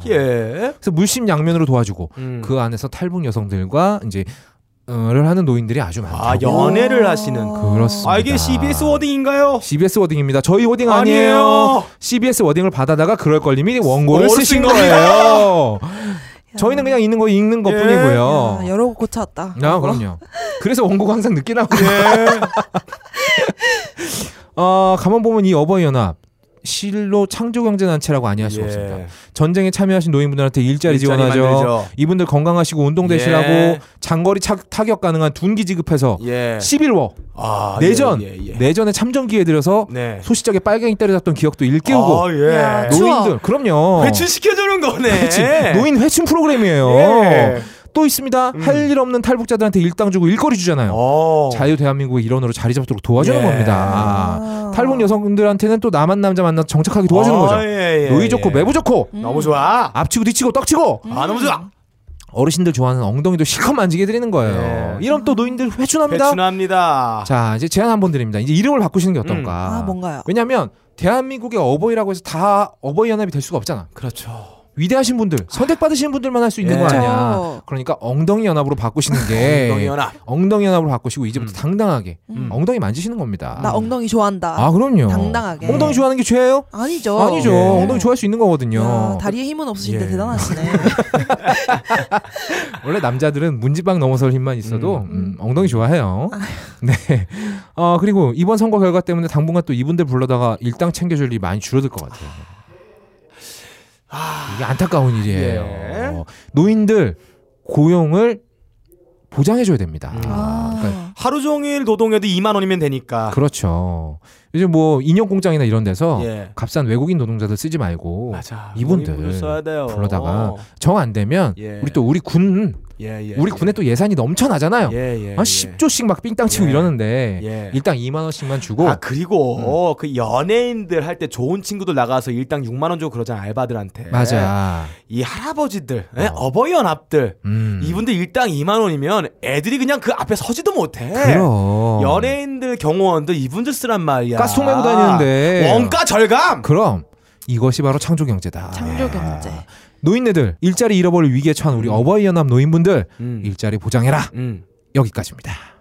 Speaker 2: 예.
Speaker 1: 그래서 물심양면으로 도와주고
Speaker 2: 음.
Speaker 1: 그 안에서 탈북 여성들과 이제 어를 하는 노인들이 아주
Speaker 2: 아
Speaker 1: 많다고.
Speaker 2: 연애를 하시는 그.
Speaker 1: 그렇습니다.
Speaker 2: 아 이게 CBS 워딩인가요?
Speaker 1: CBS 워딩입니다. 저희 워딩 아니에요.
Speaker 2: 아니에요.
Speaker 1: CBS 워딩을 받아다가 그럴 걸림이 원고를
Speaker 2: 원고를
Speaker 1: 쓰신
Speaker 2: 쓴
Speaker 1: 거예요. 저희는 그냥 있는 거 읽는 것
Speaker 2: 예.
Speaker 1: 뿐이고요.
Speaker 3: 야, 여러 곳 고쳤다.
Speaker 1: 아, 그럼요. 그래서 원고가 항상 늦게 나오고.
Speaker 2: 예.
Speaker 1: 어, 가만 보면 이 어버이 연합 실로 창조 경제 단체라고 아니할 수 없습니다. 전쟁에 참여하신 노인분들한테 예. 일자리,
Speaker 2: 일자리
Speaker 1: 지원하죠.
Speaker 2: 만들죠.
Speaker 1: 이분들 건강하시고 운동 되시라고
Speaker 2: 예.
Speaker 1: 장거리 차- 타격 가능한 둔기 지급해서
Speaker 2: 예.
Speaker 1: 11월
Speaker 2: 아,
Speaker 1: 내전
Speaker 2: 예, 예, 예.
Speaker 1: 내전에 참전 기회 들여서
Speaker 2: 네.
Speaker 1: 소시적에 빨갱이 때려잡던 기억도 일깨우고
Speaker 2: 아, 예.
Speaker 3: 야,
Speaker 2: 노-
Speaker 1: 노인들 그럼요.
Speaker 2: 회춘 시켜주는 거네.
Speaker 1: 그치. 노인 회춘 프로그램이에요.
Speaker 2: 예.
Speaker 1: 또 있습니다. 할 일 없는 탈북자들한테 일당 주고 일거리 주잖아요.
Speaker 2: 어.
Speaker 1: 자유 대한민국의 일원으로 자리 잡도록 도와주는
Speaker 2: 예.
Speaker 3: 아.
Speaker 1: 겁니다. 탈북 여성들한테는 또 남한 남자 만나 정착하게 도와주는
Speaker 2: 아,
Speaker 1: 거죠.
Speaker 2: 예, 예,
Speaker 1: 노이 좋고
Speaker 2: 예.
Speaker 1: 매부 좋고
Speaker 3: 음.
Speaker 2: 너무 좋아.
Speaker 1: 앞치고 뒤치고 떡치고
Speaker 2: 아 너무 좋아.
Speaker 1: 어르신들 좋아하는 엉덩이도 실컷 만지게 드리는 거예요.
Speaker 2: 예.
Speaker 1: 이러면 또 노인들 회춘합니다.
Speaker 2: 배춘합니다. 음.
Speaker 1: 자 이제 제안 한번 드립니다. 이제 이름을 바꾸시는 게 어떨까?
Speaker 3: 아, 뭔가요?
Speaker 1: 왜냐하면 대한민국의 어버이라고 해서 다 어버이 연합이 될 수가 없잖아.
Speaker 2: 그렇죠.
Speaker 1: 위대하신 분들 선택받으신 분들만 할 수 있는
Speaker 2: 예.
Speaker 1: 거 아니야.
Speaker 3: 아. 그렇죠.
Speaker 1: 그러니까 엉덩이 연합으로 바꾸시는 게
Speaker 2: 엉덩이 연합.
Speaker 1: 엉덩이 연합으로 바꾸시고 이제부터
Speaker 2: 음.
Speaker 1: 당당하게
Speaker 2: 음.
Speaker 1: 엉덩이 만지시는 겁니다.
Speaker 3: 나 엉덩이 좋아한다.
Speaker 1: 아 그럼요.
Speaker 3: 당당하게.
Speaker 1: 엉덩이 좋아하는 게 죄예요?
Speaker 3: 아니죠.
Speaker 2: 어.
Speaker 1: 아니죠.
Speaker 2: 네.
Speaker 3: 예.
Speaker 1: 엉덩이 좋아할 수 있는 거거든요.
Speaker 3: 야, 다리에 힘은 없으신데
Speaker 2: 예.
Speaker 3: 대단하시네.
Speaker 1: 원래 남자들은 문지방 넘어설 힘만 있어도
Speaker 2: 음.
Speaker 1: 음, 엉덩이 좋아해요. 네. 어 그리고 이번 선거 결과 때문에 당분간 또 이분들 불러다가 일당 챙겨줄 일이 많이 줄어들 것 같아요. 이게 안타까운 일이에요.
Speaker 2: 아, 예.
Speaker 1: 어, 노인들 고용을 보장해줘야 됩니다.
Speaker 2: 음.
Speaker 3: 아.
Speaker 1: 그러니까
Speaker 2: 하루 종일 노동해도 2만 원이면 되니까.
Speaker 1: 그렇죠. 요즘 뭐 인형 공장이나 이런 데서
Speaker 2: 예.
Speaker 1: 값싼 외국인 노동자들 쓰지 말고
Speaker 2: 맞아.
Speaker 1: 이분들
Speaker 2: 노인 써야 돼요.
Speaker 1: 불러다가 정 안 되면
Speaker 2: 어. 예.
Speaker 1: 우리 또 우리 군
Speaker 2: 예, 예,
Speaker 1: 우리
Speaker 2: 예.
Speaker 1: 군에 또 예산이 넘쳐나잖아요.
Speaker 2: 예, 예,
Speaker 1: 한 10조씩 막 삥땅 치고
Speaker 2: 예.
Speaker 1: 이러는데
Speaker 2: 예.
Speaker 1: 일당 2만 원씩만 주고 음.
Speaker 2: 아 그리고 그 연예인들 할 때 좋은 친구들 나가서 일당 6만 원 주고 그러잖아 알바들한테.
Speaker 1: 맞아.
Speaker 2: 이 할아버지들, 예? 어버이 연합들
Speaker 1: 음.
Speaker 2: 이분들 일당 2만 원이면 애들이 그냥 그 앞에 서지도 못해.
Speaker 1: 그럼
Speaker 2: 연예인들 경호원들 이분들 쓰란 말이야.
Speaker 1: 어. 가스통 메고 다니는데.
Speaker 2: 원가 절감.
Speaker 1: 그럼 이것이 바로 창조 경제다.
Speaker 3: 창조 경제.
Speaker 1: 노인네들 일자리 잃어버릴 위기에 처한 우리 어버이 연합 노인분들
Speaker 2: 음.
Speaker 1: 일자리 보장해라.
Speaker 2: 음.
Speaker 1: 여기까지입니다.